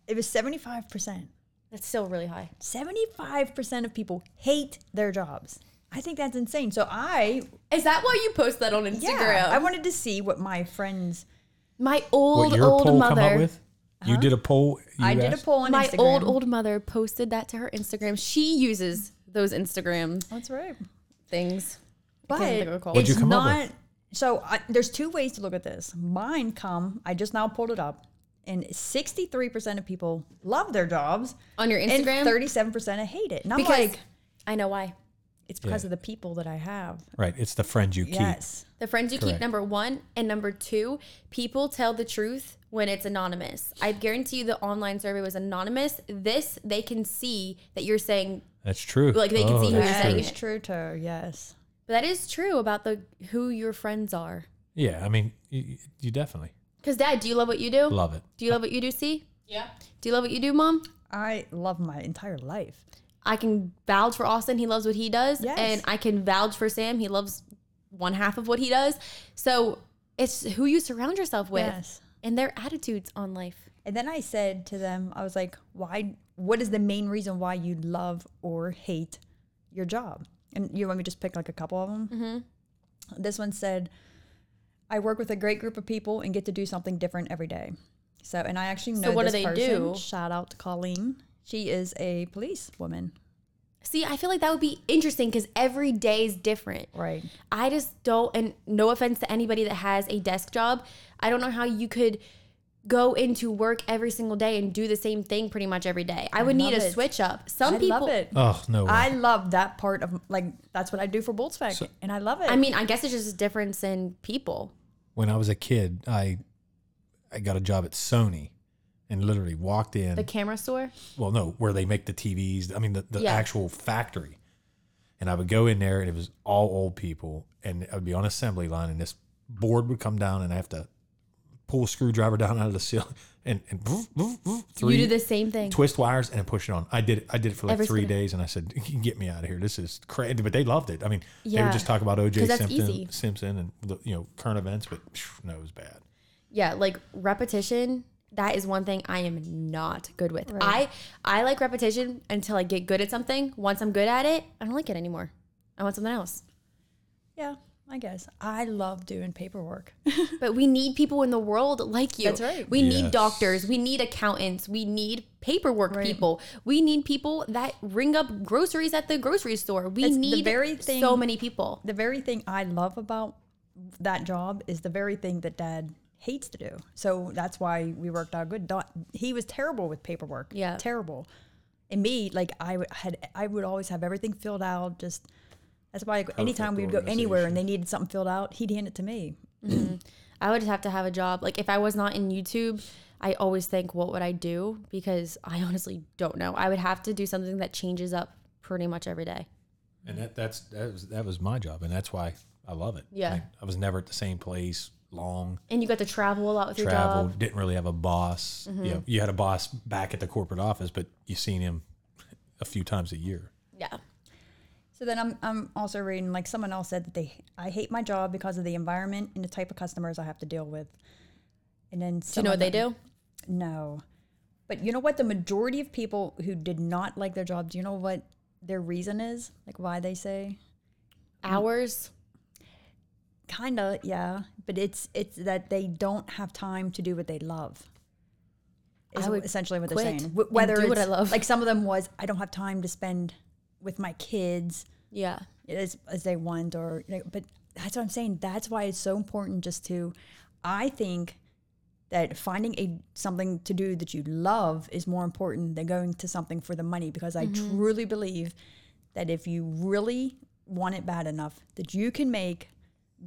[SPEAKER 3] it was seventy five percent.
[SPEAKER 1] That's still really high.
[SPEAKER 3] 75% of people hate their jobs. I think that's insane. So I,
[SPEAKER 1] Is that why you post that on Instagram?
[SPEAKER 3] yeah, I wanted to see what my friends.
[SPEAKER 1] my
[SPEAKER 4] What
[SPEAKER 1] old,
[SPEAKER 4] your
[SPEAKER 1] old
[SPEAKER 4] poll come up
[SPEAKER 1] mother. Uh-huh.
[SPEAKER 4] with? You did a poll. You
[SPEAKER 3] I did a
[SPEAKER 4] asked?
[SPEAKER 3] poll on
[SPEAKER 1] my
[SPEAKER 3] Instagram.
[SPEAKER 1] old, old mother posted that to her Instagram. She uses those Instagram
[SPEAKER 3] That's right.
[SPEAKER 1] things.
[SPEAKER 3] But
[SPEAKER 1] think of the recall.
[SPEAKER 3] it's
[SPEAKER 4] What'd you come up
[SPEAKER 3] not.
[SPEAKER 4] with?
[SPEAKER 3] So I, there's two ways to look at this. Mine come. I just now pulled it up, and 63% of people love their jobs,
[SPEAKER 1] On your
[SPEAKER 3] and
[SPEAKER 1] Instagram?
[SPEAKER 3] 37% hate it. And I'm
[SPEAKER 1] Because-
[SPEAKER 3] like,
[SPEAKER 1] I know why.
[SPEAKER 3] it's because
[SPEAKER 4] Yeah.
[SPEAKER 3] of the people that I have.
[SPEAKER 4] Right, it's the friend you keep.
[SPEAKER 3] Yes.
[SPEAKER 1] The friends you keep,
[SPEAKER 4] Correct.
[SPEAKER 1] number one. And number two, people tell the truth when it's anonymous. I guarantee you the online survey was anonymous. This, they can see that you're saying,
[SPEAKER 4] That's true. Oh,
[SPEAKER 1] Like, they can see who
[SPEAKER 4] that's
[SPEAKER 1] you're
[SPEAKER 3] That
[SPEAKER 1] saying
[SPEAKER 4] true.
[SPEAKER 1] it.
[SPEAKER 3] is true too. Yes.
[SPEAKER 1] but that is true about the who your friends are.
[SPEAKER 4] Yeah, I mean, you, you definitely
[SPEAKER 1] Because, Dad, do you love what you do?
[SPEAKER 4] love it.
[SPEAKER 1] Do you love what you do, C?
[SPEAKER 5] Yeah.
[SPEAKER 1] Do you love what you do, Mom?
[SPEAKER 3] I love my entire life.
[SPEAKER 1] I can vouch for Austin. He loves what he does.
[SPEAKER 3] Yes.
[SPEAKER 1] And I can vouch for Sam. He loves one half of what he does. So it's who you surround yourself with
[SPEAKER 3] Yes.
[SPEAKER 1] and their attitudes on life.
[SPEAKER 3] And then I said to them, I was like, why? What is the main reason why you love or hate your job? And you want me to just pick like a couple of them? Mm-hmm. This one said, I work with a great group of people and get to do something different every day. So, and I actually know
[SPEAKER 1] what do
[SPEAKER 3] this
[SPEAKER 1] they
[SPEAKER 3] person.
[SPEAKER 1] do?
[SPEAKER 3] Shout out to Colleen. She is a police woman,
[SPEAKER 1] See, I feel like that would be interesting because every day is different.
[SPEAKER 3] right?
[SPEAKER 1] I just don't, and no offense to anybody that has a desk job, I don't know how you could go into work every single day and do the same thing pretty much every day. I would need
[SPEAKER 3] love
[SPEAKER 1] a
[SPEAKER 3] it.
[SPEAKER 1] switch up. Some
[SPEAKER 3] I
[SPEAKER 1] people,
[SPEAKER 3] love it.
[SPEAKER 4] Oh no! Way.
[SPEAKER 3] I love that part of like that's what I do for Boltzbeck, and I love it.
[SPEAKER 1] I mean, I guess it's just a difference in people.
[SPEAKER 4] when I was a kid, I I got a job at Sony, and literally walked in.
[SPEAKER 1] The camera store.
[SPEAKER 4] well, no, where they make the TVs. I mean, the, the
[SPEAKER 1] Yeah.
[SPEAKER 4] actual factory. And I would go in there, and it was all old people, and I would be on assembly line, and this board would come down, and I have to pull a screwdriver down out of the ceiling, and, and vroom, vroom, vroom, three
[SPEAKER 1] you do the same thing.
[SPEAKER 4] twist wires and push it on. I did it. I did it for like
[SPEAKER 1] Every
[SPEAKER 4] three
[SPEAKER 1] single-
[SPEAKER 4] days, and I said, "Get me out of here. This is crazy." But they loved it. I mean, they
[SPEAKER 1] Yeah.
[SPEAKER 4] would just talk about O.J.
[SPEAKER 1] 'Cause that's easy.
[SPEAKER 4] Simpson, Simpson, and the, you know current events, but phew, no, it was bad.
[SPEAKER 1] yeah like repetition that is one thing i am not good with i i like repetition until i get good at something once i'm good at it i don't like it anymore i want something else
[SPEAKER 3] yeah, I guess I love doing paperwork.
[SPEAKER 1] but we need people in the world like you
[SPEAKER 3] That's right.
[SPEAKER 1] we need
[SPEAKER 4] Yes.
[SPEAKER 1] doctors we need accountants we need paperwork
[SPEAKER 3] Right.
[SPEAKER 1] people we need people that ring up groceries at the grocery store we
[SPEAKER 3] It's the
[SPEAKER 1] need
[SPEAKER 3] very thing-
[SPEAKER 1] so many people
[SPEAKER 3] the very thing I love about that job is the very thing that dad hates to do. So that's why we worked out good. Don, he was terrible with paperwork.
[SPEAKER 1] Yeah.
[SPEAKER 3] terrible. And me, like I would- had, I would always have everything filled out. Just that's why anytime we would go anywhere and they needed something filled out, he'd hand it to me.
[SPEAKER 1] I would have to have a job. Like if I was not in YouTube, I always think, what would I do? Because I honestly don't know. I would have to do something that changes up pretty much every day.
[SPEAKER 4] And that, that's that was, that was my job, and that's why I love it.
[SPEAKER 1] Yeah.
[SPEAKER 4] Like, I was never at the same place long.
[SPEAKER 1] And you got to travel a lot with your
[SPEAKER 4] Traveled.
[SPEAKER 1] job. Mm-hmm.
[SPEAKER 4] Didn't really have a boss. Yeah, you had a boss back at the corporate office, but you seen him a few times a year.
[SPEAKER 1] Yeah.
[SPEAKER 3] So then I'm, I'm also reading like someone else said that they I hate my job because of the environment and the type of customers I have to deal with. And then
[SPEAKER 1] Do you know what they do?
[SPEAKER 3] No. But you know what? The majority of people who did not like their job, do you know what their reason is? Like why they say?
[SPEAKER 1] Hours.
[SPEAKER 3] Kind of, yeah. But it's it's that they don't have time to do what they love. Is
[SPEAKER 1] I would
[SPEAKER 3] essentially what they're
[SPEAKER 1] quit
[SPEAKER 3] saying. Wh-
[SPEAKER 1] and
[SPEAKER 3] Whether
[SPEAKER 1] do what
[SPEAKER 3] it's,
[SPEAKER 1] I love.
[SPEAKER 3] like some of them was, I don't have time to spend with my kids
[SPEAKER 1] Yeah.
[SPEAKER 3] as, as they want or you know, but that's what i'm saying that's why it's so important just to i think that finding a something to do that you love is more important than going to something for the money because i
[SPEAKER 1] Mm-hmm.
[SPEAKER 3] truly believe that if you really want it bad enough that you can make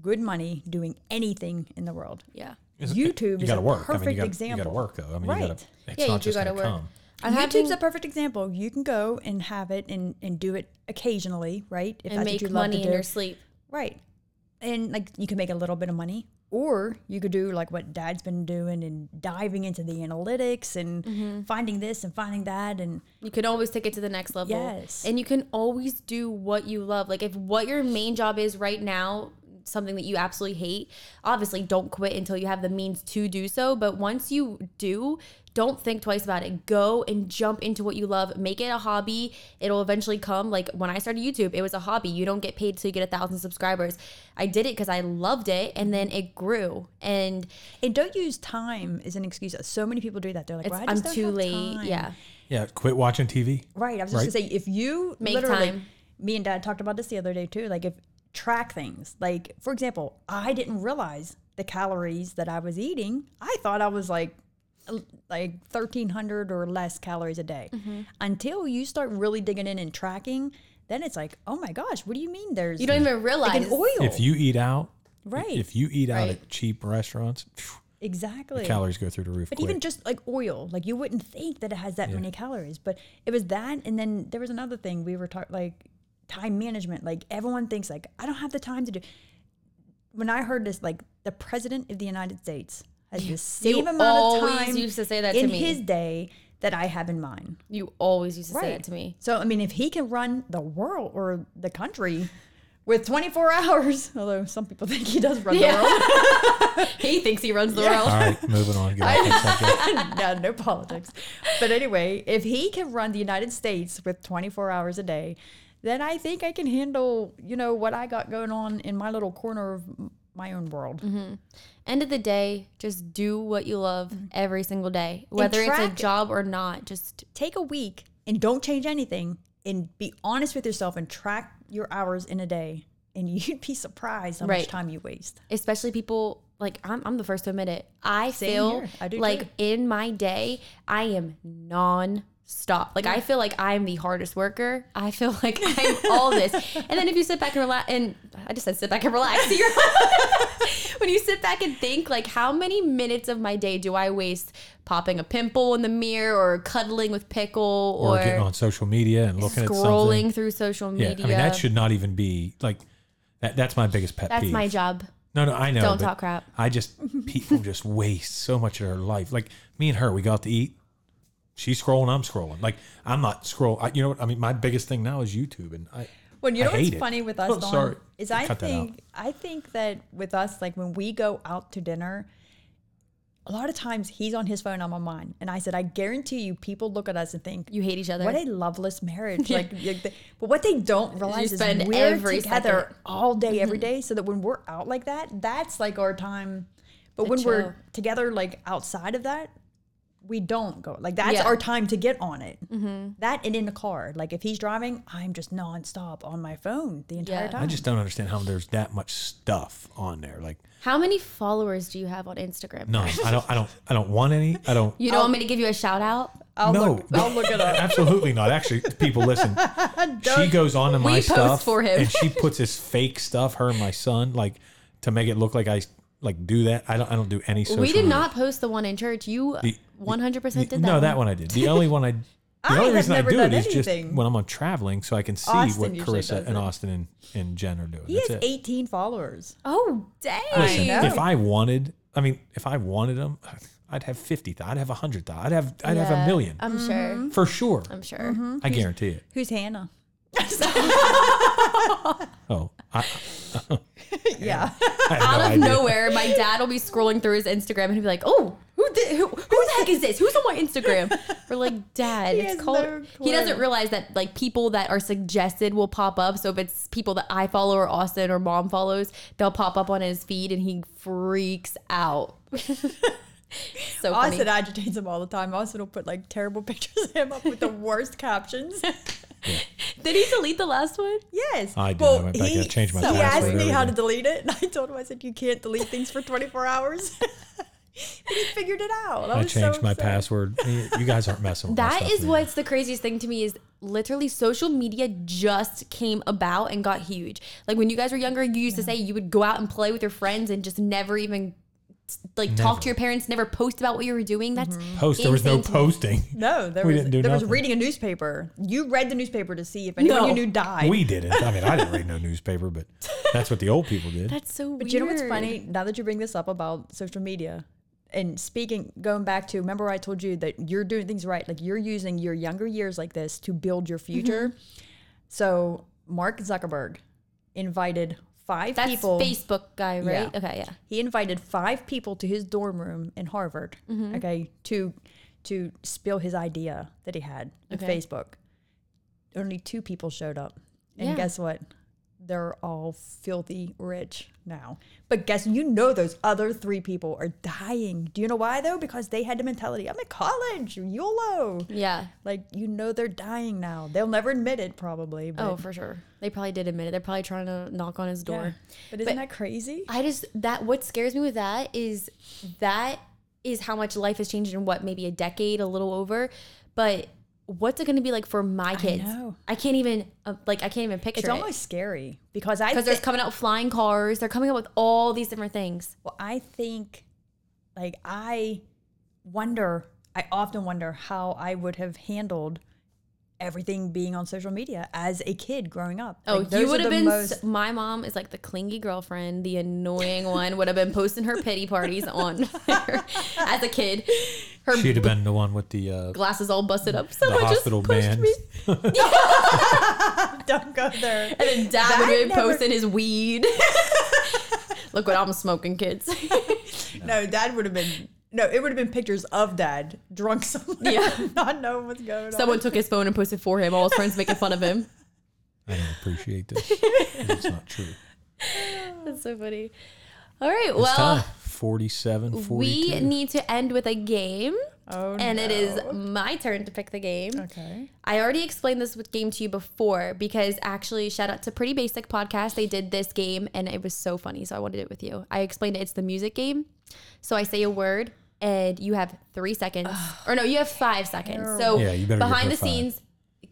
[SPEAKER 3] good money doing anything in the world
[SPEAKER 1] Yeah.
[SPEAKER 3] YouTube
[SPEAKER 4] you
[SPEAKER 3] is
[SPEAKER 4] gotta
[SPEAKER 3] a
[SPEAKER 4] work. I mean,
[SPEAKER 3] perfect
[SPEAKER 4] you gotta,
[SPEAKER 3] example.
[SPEAKER 4] You got to work though. I mean, you
[SPEAKER 3] right.
[SPEAKER 4] got to. It's
[SPEAKER 1] Yeah, you
[SPEAKER 4] not
[SPEAKER 1] do
[SPEAKER 4] just
[SPEAKER 1] gotta
[SPEAKER 4] gonna
[SPEAKER 1] work.
[SPEAKER 4] come.
[SPEAKER 1] I'm
[SPEAKER 3] YouTube's
[SPEAKER 1] having-
[SPEAKER 3] a perfect example. You can go and have it and, and do it occasionally, right? If
[SPEAKER 1] and make money in your sleep.
[SPEAKER 3] Right. And like you can make a little bit of money. Or you could do like what dad's been doing and diving into the analytics and
[SPEAKER 1] Mm-hmm.
[SPEAKER 3] finding this and finding that and
[SPEAKER 1] You can always take it to the next level.
[SPEAKER 3] Yes.
[SPEAKER 1] And you can always do what you love. Like if what your main job is right now, something that you absolutely hate, obviously don't quit until you have the means to do so. But once you do, don't think twice about it. Go and jump into what you love. Make it a hobby. It'll eventually come. Like when I started YouTube, it was a hobby. You don't get paid till you get a thousand subscribers. I did it because I loved it and then it grew. And
[SPEAKER 3] and don't use time as an excuse. So many people do that. They're like,
[SPEAKER 1] it's,
[SPEAKER 3] well, I
[SPEAKER 1] I'm
[SPEAKER 3] just don't
[SPEAKER 1] too
[SPEAKER 3] have
[SPEAKER 1] late.
[SPEAKER 3] time."
[SPEAKER 1] Yeah.
[SPEAKER 4] Yeah, quit watching TV.
[SPEAKER 3] Right. I was just gonna say if you
[SPEAKER 1] Make
[SPEAKER 3] literally
[SPEAKER 1] time.
[SPEAKER 3] me and dad talked about this the other day too. Like if track things. Like for example, I didn't realize the calories that I was eating. I thought I was like l- like 1300 or less calories a day
[SPEAKER 1] Mm-hmm.
[SPEAKER 3] until you start really digging in and tracking then it's like oh my gosh what do you mean there's
[SPEAKER 1] You don't even
[SPEAKER 3] like
[SPEAKER 1] realize.
[SPEAKER 3] an oil
[SPEAKER 4] If you eat out,
[SPEAKER 3] right
[SPEAKER 4] if you eat out
[SPEAKER 1] Right.
[SPEAKER 4] at cheap restaurants, phew,
[SPEAKER 3] exactly
[SPEAKER 4] calories go through the roof.
[SPEAKER 3] but
[SPEAKER 4] quick.
[SPEAKER 3] even just like oil, like you wouldn't think that it has that many calories, but it was that. And then there was another thing we were talking like time management. Like everyone thinks like I don't have the time to do. When I heard this, like the president of the United States has the same amount of
[SPEAKER 1] always
[SPEAKER 3] time
[SPEAKER 1] used to say that to
[SPEAKER 3] in
[SPEAKER 1] me.
[SPEAKER 3] his day that I have in mine.
[SPEAKER 1] you always used to say that to me.
[SPEAKER 3] So I mean, if he can run the world or the country with 24 hours, although some people think he does run the world.
[SPEAKER 1] he thinks he runs the
[SPEAKER 4] All
[SPEAKER 1] world.
[SPEAKER 4] right, moving on. Get off the subject.
[SPEAKER 3] no, no politics. But anyway, if he can run the United States with 24 hours a day, then I think I can handle, you know, what I got going on in my little corner of m- my own world.
[SPEAKER 1] End of the day, just do what you love every single day, whether it's a
[SPEAKER 3] track it.
[SPEAKER 1] job or not. Just
[SPEAKER 3] Take a week and don't change anything and be honest with yourself and track your hours in a day. And you'd be surprised how
[SPEAKER 1] Right.
[SPEAKER 3] much time you waste.
[SPEAKER 1] especially people like I'm, I'm the first to admit it. I
[SPEAKER 3] Same
[SPEAKER 1] feel
[SPEAKER 3] here. I do
[SPEAKER 1] like
[SPEAKER 3] too.
[SPEAKER 1] in my day, I am non stop. Like I feel like I'm the hardest worker. I feel like I'm all this. And then if you sit back and relax, and I just said sit back and relax. You're when you sit back and think like how many minutes of my day do I waste popping a pimple in the mirror or cuddling with pickle
[SPEAKER 4] Or
[SPEAKER 1] or,
[SPEAKER 4] getting on social media and looking at something.
[SPEAKER 1] scrolling through social
[SPEAKER 4] Yeah,
[SPEAKER 1] media.
[SPEAKER 4] I mean that should not even be like that. That's my biggest pet
[SPEAKER 1] That's
[SPEAKER 4] peeve.
[SPEAKER 1] my job.
[SPEAKER 4] No, no, I know.
[SPEAKER 1] Don't
[SPEAKER 4] but
[SPEAKER 1] talk crap.
[SPEAKER 4] I just people just waste so much of their life. Like me and her, we go out to eat. She's scrolling, I'm scrolling. Like I'm not scroll. I, you know what? I mean, my biggest thing now is YouTube, and I.
[SPEAKER 3] Well, you
[SPEAKER 4] I
[SPEAKER 3] know what's
[SPEAKER 4] hate it.
[SPEAKER 3] funny with us,
[SPEAKER 4] Oh,
[SPEAKER 3] Dawn,
[SPEAKER 4] sorry.
[SPEAKER 3] is I
[SPEAKER 4] Cut that out.
[SPEAKER 3] think I think that with us, like when we go out to dinner, a lot of times he's on his phone, I'm on mine, and I said, I guarantee you, people look at us and think,
[SPEAKER 1] You hate each other.
[SPEAKER 3] "What a loveless marriage!" Like, like the, but what they don't realize is
[SPEAKER 1] spend
[SPEAKER 3] we're
[SPEAKER 1] every
[SPEAKER 3] together
[SPEAKER 1] second. Mm-hmm.
[SPEAKER 3] all day, every day, so that when we're out like that, that's like our time. But when
[SPEAKER 1] chill.
[SPEAKER 3] we're together, like outside of that, we don't go. Like that's
[SPEAKER 1] Yeah. Mm-hmm.
[SPEAKER 3] our time to get on it. That and in the car. Like if he's driving, I'm just nonstop on my phone the entire
[SPEAKER 1] Yeah. I
[SPEAKER 3] time.
[SPEAKER 4] I just don't understand how there's that much stuff on there. Like,
[SPEAKER 1] How many followers do you have on Instagram?
[SPEAKER 4] no, I don't, I don't, I don't want any. I don't.
[SPEAKER 1] You don't want me to give you a shout out?
[SPEAKER 3] I'll
[SPEAKER 4] no,
[SPEAKER 3] look. I'll look it up.
[SPEAKER 4] Absolutely not. Actually, people listen. she goes on to my
[SPEAKER 1] post
[SPEAKER 4] stuff
[SPEAKER 1] for him.
[SPEAKER 4] and she puts this fake stuff. Her and my son, like, to make it look like I like do that. I don't. I don't do any. Social
[SPEAKER 1] we did
[SPEAKER 4] media.
[SPEAKER 1] not post the one in church. You
[SPEAKER 4] The-
[SPEAKER 1] 100% did that.
[SPEAKER 4] no, that one I did. The only one I. The
[SPEAKER 3] I
[SPEAKER 4] only
[SPEAKER 3] have
[SPEAKER 4] reason I
[SPEAKER 3] never
[SPEAKER 4] do it
[SPEAKER 3] done
[SPEAKER 4] is just
[SPEAKER 3] anything.
[SPEAKER 4] when I'm on traveling, so I can see
[SPEAKER 3] Austin
[SPEAKER 4] what
[SPEAKER 3] usually
[SPEAKER 4] Carissa
[SPEAKER 3] does
[SPEAKER 4] and
[SPEAKER 3] it.
[SPEAKER 4] Austin and, and Jen are doing.
[SPEAKER 3] He
[SPEAKER 4] That's
[SPEAKER 3] has
[SPEAKER 4] it.
[SPEAKER 3] 18 followers.
[SPEAKER 1] Oh, dang.
[SPEAKER 4] Listen,
[SPEAKER 3] know.
[SPEAKER 4] if I wanted, I mean, if I wanted them, I'd have fifty. I'd have a hundred. I'd have. I'd have
[SPEAKER 1] Yeah,
[SPEAKER 4] a million
[SPEAKER 1] I'm sure.
[SPEAKER 4] for sure.
[SPEAKER 1] I'm sure.
[SPEAKER 4] I guarantee it.
[SPEAKER 3] Who's Hannah?
[SPEAKER 4] Oh, I,
[SPEAKER 3] Yeah.
[SPEAKER 4] I had
[SPEAKER 1] Out
[SPEAKER 4] no
[SPEAKER 1] of
[SPEAKER 4] idea.
[SPEAKER 1] nowhere, my dad will be scrolling through his Instagram and he'll be like, "Oh, who did? Who, who the heck is this? Who's on my Instagram?" We're like, "Dad,
[SPEAKER 3] has
[SPEAKER 1] it's called."
[SPEAKER 3] no
[SPEAKER 1] he doesn't
[SPEAKER 3] clue.
[SPEAKER 1] realize that like people that are suggested will pop up. So if it's people that I follow or Austin or Mom follows, they'll pop up on his feed, and he freaks out. so funny.
[SPEAKER 3] Austin agitates him all the time. Austin will put like terrible pictures of him up with the worst captions.
[SPEAKER 1] Did he delete the last one?
[SPEAKER 3] Yes.
[SPEAKER 4] I did. I went back and changed my
[SPEAKER 3] he
[SPEAKER 4] password,
[SPEAKER 3] asked me how to
[SPEAKER 4] everything.
[SPEAKER 3] delete it, and I told him I said you can't delete things for 24 hours. and he figured it out. I,
[SPEAKER 4] I
[SPEAKER 3] was so
[SPEAKER 4] changed my
[SPEAKER 3] upset.
[SPEAKER 4] password. You you guys aren't messing with my
[SPEAKER 1] That
[SPEAKER 4] stuff
[SPEAKER 1] is
[SPEAKER 4] anymore.
[SPEAKER 1] what's the craziest thing to me is literally social media just came about and got huge. Like when you guys were younger, you used to say you would go out and play with your friends and just never even like talk
[SPEAKER 4] Never. Mm-hmm.
[SPEAKER 1] to your parents, never post about what you were doing. That's
[SPEAKER 4] post. There was no
[SPEAKER 1] insane to me.
[SPEAKER 4] posting.
[SPEAKER 3] No, there
[SPEAKER 4] We
[SPEAKER 3] was
[SPEAKER 4] didn't do
[SPEAKER 3] there was
[SPEAKER 4] nothing.
[SPEAKER 3] reading a newspaper. You read the newspaper to see if anyone
[SPEAKER 1] No.
[SPEAKER 3] you knew died.
[SPEAKER 4] We didn't. I mean, I didn't read no newspaper, but that's what the old people did.
[SPEAKER 1] That's so weird.
[SPEAKER 3] But you know what's funny? Now that you bring this up about social media and speaking, going back to remember I told you that you're doing things right. Like you're using your younger years like this to build your future. So Mark Zuckerberg invited five
[SPEAKER 1] That's
[SPEAKER 3] people.
[SPEAKER 1] Facebook guy, right?
[SPEAKER 3] Yeah.
[SPEAKER 1] Okay, yeah.
[SPEAKER 3] he invited five people to his dorm room in Harvard.
[SPEAKER 1] Mm-hmm.
[SPEAKER 3] Okay, to to spill his idea that he had on
[SPEAKER 1] Okay.
[SPEAKER 3] Facebook. Only two people showed up, and
[SPEAKER 1] Yeah.
[SPEAKER 3] guess what? They're all filthy rich now. But guess you know those other three people are dying. Do you know why though? Because they had the mentality: I'm in college, YOLO.
[SPEAKER 1] Yeah.
[SPEAKER 3] Like you know they're dying now. They'll never admit it probably. But,
[SPEAKER 1] Oh, for sure. They probably did admit it. They're probably trying to knock on his door.
[SPEAKER 3] Yeah. but isn't that crazy?
[SPEAKER 1] I just that what scares me with that is that is how much life has changed in what maybe a decade, a little over, but what's it going to be like for my kids?
[SPEAKER 3] know.
[SPEAKER 1] I, can't even uh, like I can't even picture
[SPEAKER 3] It's almost scary because I
[SPEAKER 1] because there's
[SPEAKER 3] thi-
[SPEAKER 1] coming out flying cars. They're coming up with all these different things.
[SPEAKER 3] Well, I think, like, I wonder, I often wonder how I would have handled everything being on social media as a kid growing up.
[SPEAKER 1] Oh,
[SPEAKER 3] Like, those
[SPEAKER 1] you
[SPEAKER 3] are
[SPEAKER 1] would have
[SPEAKER 3] the
[SPEAKER 1] been.
[SPEAKER 3] most-
[SPEAKER 1] s- my mom is like the clingy girlfriend, the annoying one. Would have been posting her pity parties on her as a kid. Her
[SPEAKER 4] She'd have been the one with the uh, the
[SPEAKER 1] glasses all busted up. Someone just
[SPEAKER 4] hospital
[SPEAKER 1] pushed
[SPEAKER 4] band.
[SPEAKER 1] me.
[SPEAKER 3] Don't go there.
[SPEAKER 1] And then dad would
[SPEAKER 3] That
[SPEAKER 1] be
[SPEAKER 3] never-
[SPEAKER 1] posting his weed. Look what I'm smoking, kids.
[SPEAKER 3] No, dad would have been. No, it would have been pictures of dad drunk somewhere,
[SPEAKER 1] Yeah.
[SPEAKER 3] not knowing what's going
[SPEAKER 1] Someone
[SPEAKER 3] on.
[SPEAKER 1] took his phone and posted for him. All his friends making fun of him.
[SPEAKER 4] I don't appreciate this. It's not true.
[SPEAKER 1] That's so funny. All right,
[SPEAKER 4] It's time.
[SPEAKER 1] well,
[SPEAKER 4] 47, 42.
[SPEAKER 1] we need to end with a game,
[SPEAKER 3] Oh,
[SPEAKER 1] and it is my turn to pick the game.
[SPEAKER 3] Okay.
[SPEAKER 1] I already explained this with- game to you before because actually, shout out to Pretty Basic Podcast. They did this game and it was so funny. So I wanted it with you. I explained it. It's the music game. So I say a word and you have three seconds. or no, you have five seconds. So
[SPEAKER 4] Yeah, you better give
[SPEAKER 1] behind
[SPEAKER 4] her
[SPEAKER 1] the
[SPEAKER 4] five.
[SPEAKER 1] scenes,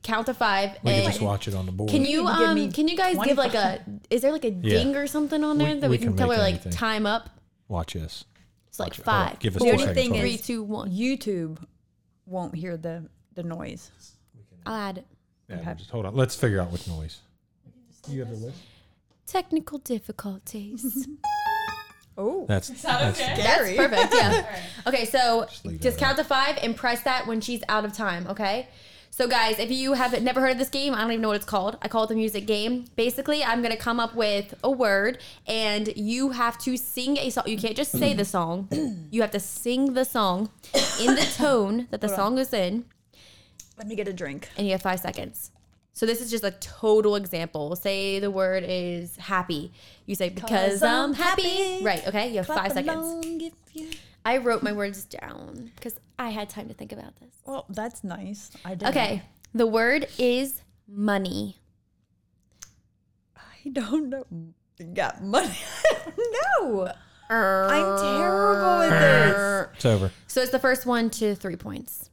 [SPEAKER 1] count to five.
[SPEAKER 4] We could
[SPEAKER 1] and
[SPEAKER 4] just watch it on the board.
[SPEAKER 1] can you
[SPEAKER 3] You give
[SPEAKER 1] um
[SPEAKER 3] me
[SPEAKER 1] can you guys give like a is there like a ding or something on there
[SPEAKER 4] We-
[SPEAKER 1] that
[SPEAKER 4] we
[SPEAKER 1] we, can,
[SPEAKER 4] can
[SPEAKER 1] tell
[SPEAKER 4] make
[SPEAKER 1] her like
[SPEAKER 4] anything.
[SPEAKER 1] time up?
[SPEAKER 4] watch this?
[SPEAKER 1] It's like
[SPEAKER 4] Watch it. Hold on.
[SPEAKER 1] five,
[SPEAKER 4] Give us
[SPEAKER 1] four,
[SPEAKER 4] two
[SPEAKER 3] The only
[SPEAKER 4] seconds.
[SPEAKER 3] thing
[SPEAKER 4] hold
[SPEAKER 1] three,
[SPEAKER 4] on.
[SPEAKER 3] is-
[SPEAKER 1] two, one.
[SPEAKER 3] YouTube won't hear the the noise.
[SPEAKER 1] I'll add
[SPEAKER 4] Yeah, we'll just- hold on. Let's figure out what noise. You have the list.
[SPEAKER 1] technical difficulties.
[SPEAKER 3] Oh,
[SPEAKER 4] That's
[SPEAKER 5] Is that
[SPEAKER 4] that's-
[SPEAKER 5] okay?
[SPEAKER 1] That's
[SPEAKER 3] Gary.
[SPEAKER 1] perfect. Yeah. Okay, so
[SPEAKER 4] leave that
[SPEAKER 1] just count to five and press that when she's out of time. Okay. So guys, if you have never heard of this game, I don't even know what it's called. I call it the music game. Basically, I'm gonna come up with a word, and you have to sing a song. You can't just say the song. You have to sing the song in the tone that the song is in,
[SPEAKER 3] let me get a drink.
[SPEAKER 1] and you have five seconds. So this is just a total example. Say the word is happy. You say because
[SPEAKER 3] I'm
[SPEAKER 1] I'm happy.
[SPEAKER 3] happy.
[SPEAKER 1] Right. Okay. You have
[SPEAKER 3] Clap
[SPEAKER 1] five seconds.
[SPEAKER 3] along if you-
[SPEAKER 1] I I wrote my words down because I had time to think about this.
[SPEAKER 3] Well, that's nice. I did.
[SPEAKER 1] Okay. The word is money.
[SPEAKER 3] I don't know. You Got money? no. I'm
[SPEAKER 1] Uh,
[SPEAKER 3] terrible at this.
[SPEAKER 4] It's over.
[SPEAKER 1] So it's the first one to three points.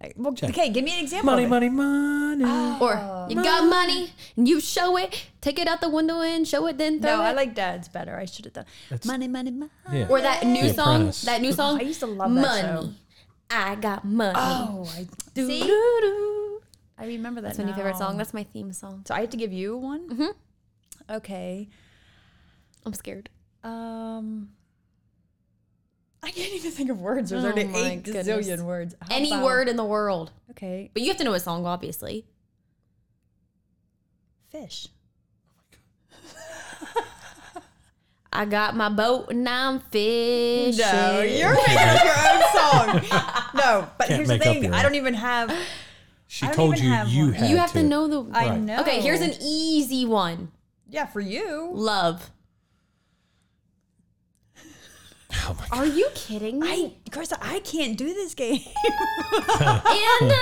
[SPEAKER 3] I- well, okay, give me an example.
[SPEAKER 4] Money,
[SPEAKER 3] of it.
[SPEAKER 4] money, money.
[SPEAKER 3] Oh.
[SPEAKER 1] Or you got money and you show it, take it out the window and show it, then throw
[SPEAKER 3] No,
[SPEAKER 1] it.
[SPEAKER 3] I like dad's better. I should have done money, money, money.
[SPEAKER 4] yeah.
[SPEAKER 1] or that new
[SPEAKER 4] The
[SPEAKER 1] song.
[SPEAKER 4] Apprentice.
[SPEAKER 1] That new song.
[SPEAKER 3] I used to love that
[SPEAKER 1] money.
[SPEAKER 3] show.
[SPEAKER 1] I got money.
[SPEAKER 3] Oh, I do.
[SPEAKER 1] See?
[SPEAKER 3] I remember that.
[SPEAKER 1] That's my new favorite
[SPEAKER 3] now.
[SPEAKER 1] song. That's my theme song.
[SPEAKER 3] So I have to give you one.
[SPEAKER 1] Mm-hmm.
[SPEAKER 3] Okay.
[SPEAKER 1] I'm scared.
[SPEAKER 3] Um, I can't even think of words. There's already
[SPEAKER 1] Oh my
[SPEAKER 3] eight
[SPEAKER 1] goodness.
[SPEAKER 3] gazillion words. How
[SPEAKER 1] Any
[SPEAKER 3] about-
[SPEAKER 1] word in the world,
[SPEAKER 3] Okay.
[SPEAKER 1] but you have to know a song, obviously.
[SPEAKER 3] Fish.
[SPEAKER 1] I got my boat and I'm fishing.
[SPEAKER 3] No, you're making up your own song. No, but
[SPEAKER 4] Can't
[SPEAKER 3] here's the
[SPEAKER 4] make up
[SPEAKER 3] thing.
[SPEAKER 4] your
[SPEAKER 3] I
[SPEAKER 4] own.
[SPEAKER 3] don't even have.
[SPEAKER 4] she
[SPEAKER 3] I don't
[SPEAKER 4] told
[SPEAKER 3] even
[SPEAKER 4] you
[SPEAKER 3] have
[SPEAKER 4] you
[SPEAKER 3] one.
[SPEAKER 4] had
[SPEAKER 1] you have to
[SPEAKER 4] to
[SPEAKER 1] know the.
[SPEAKER 3] I
[SPEAKER 4] Right.
[SPEAKER 3] know.
[SPEAKER 1] Okay, here's an easy one.
[SPEAKER 3] Yeah, for you.
[SPEAKER 1] Love.
[SPEAKER 4] Oh my God.
[SPEAKER 1] Are you kidding
[SPEAKER 3] I, Carissa, I can't do this game.
[SPEAKER 1] And
[SPEAKER 3] We'll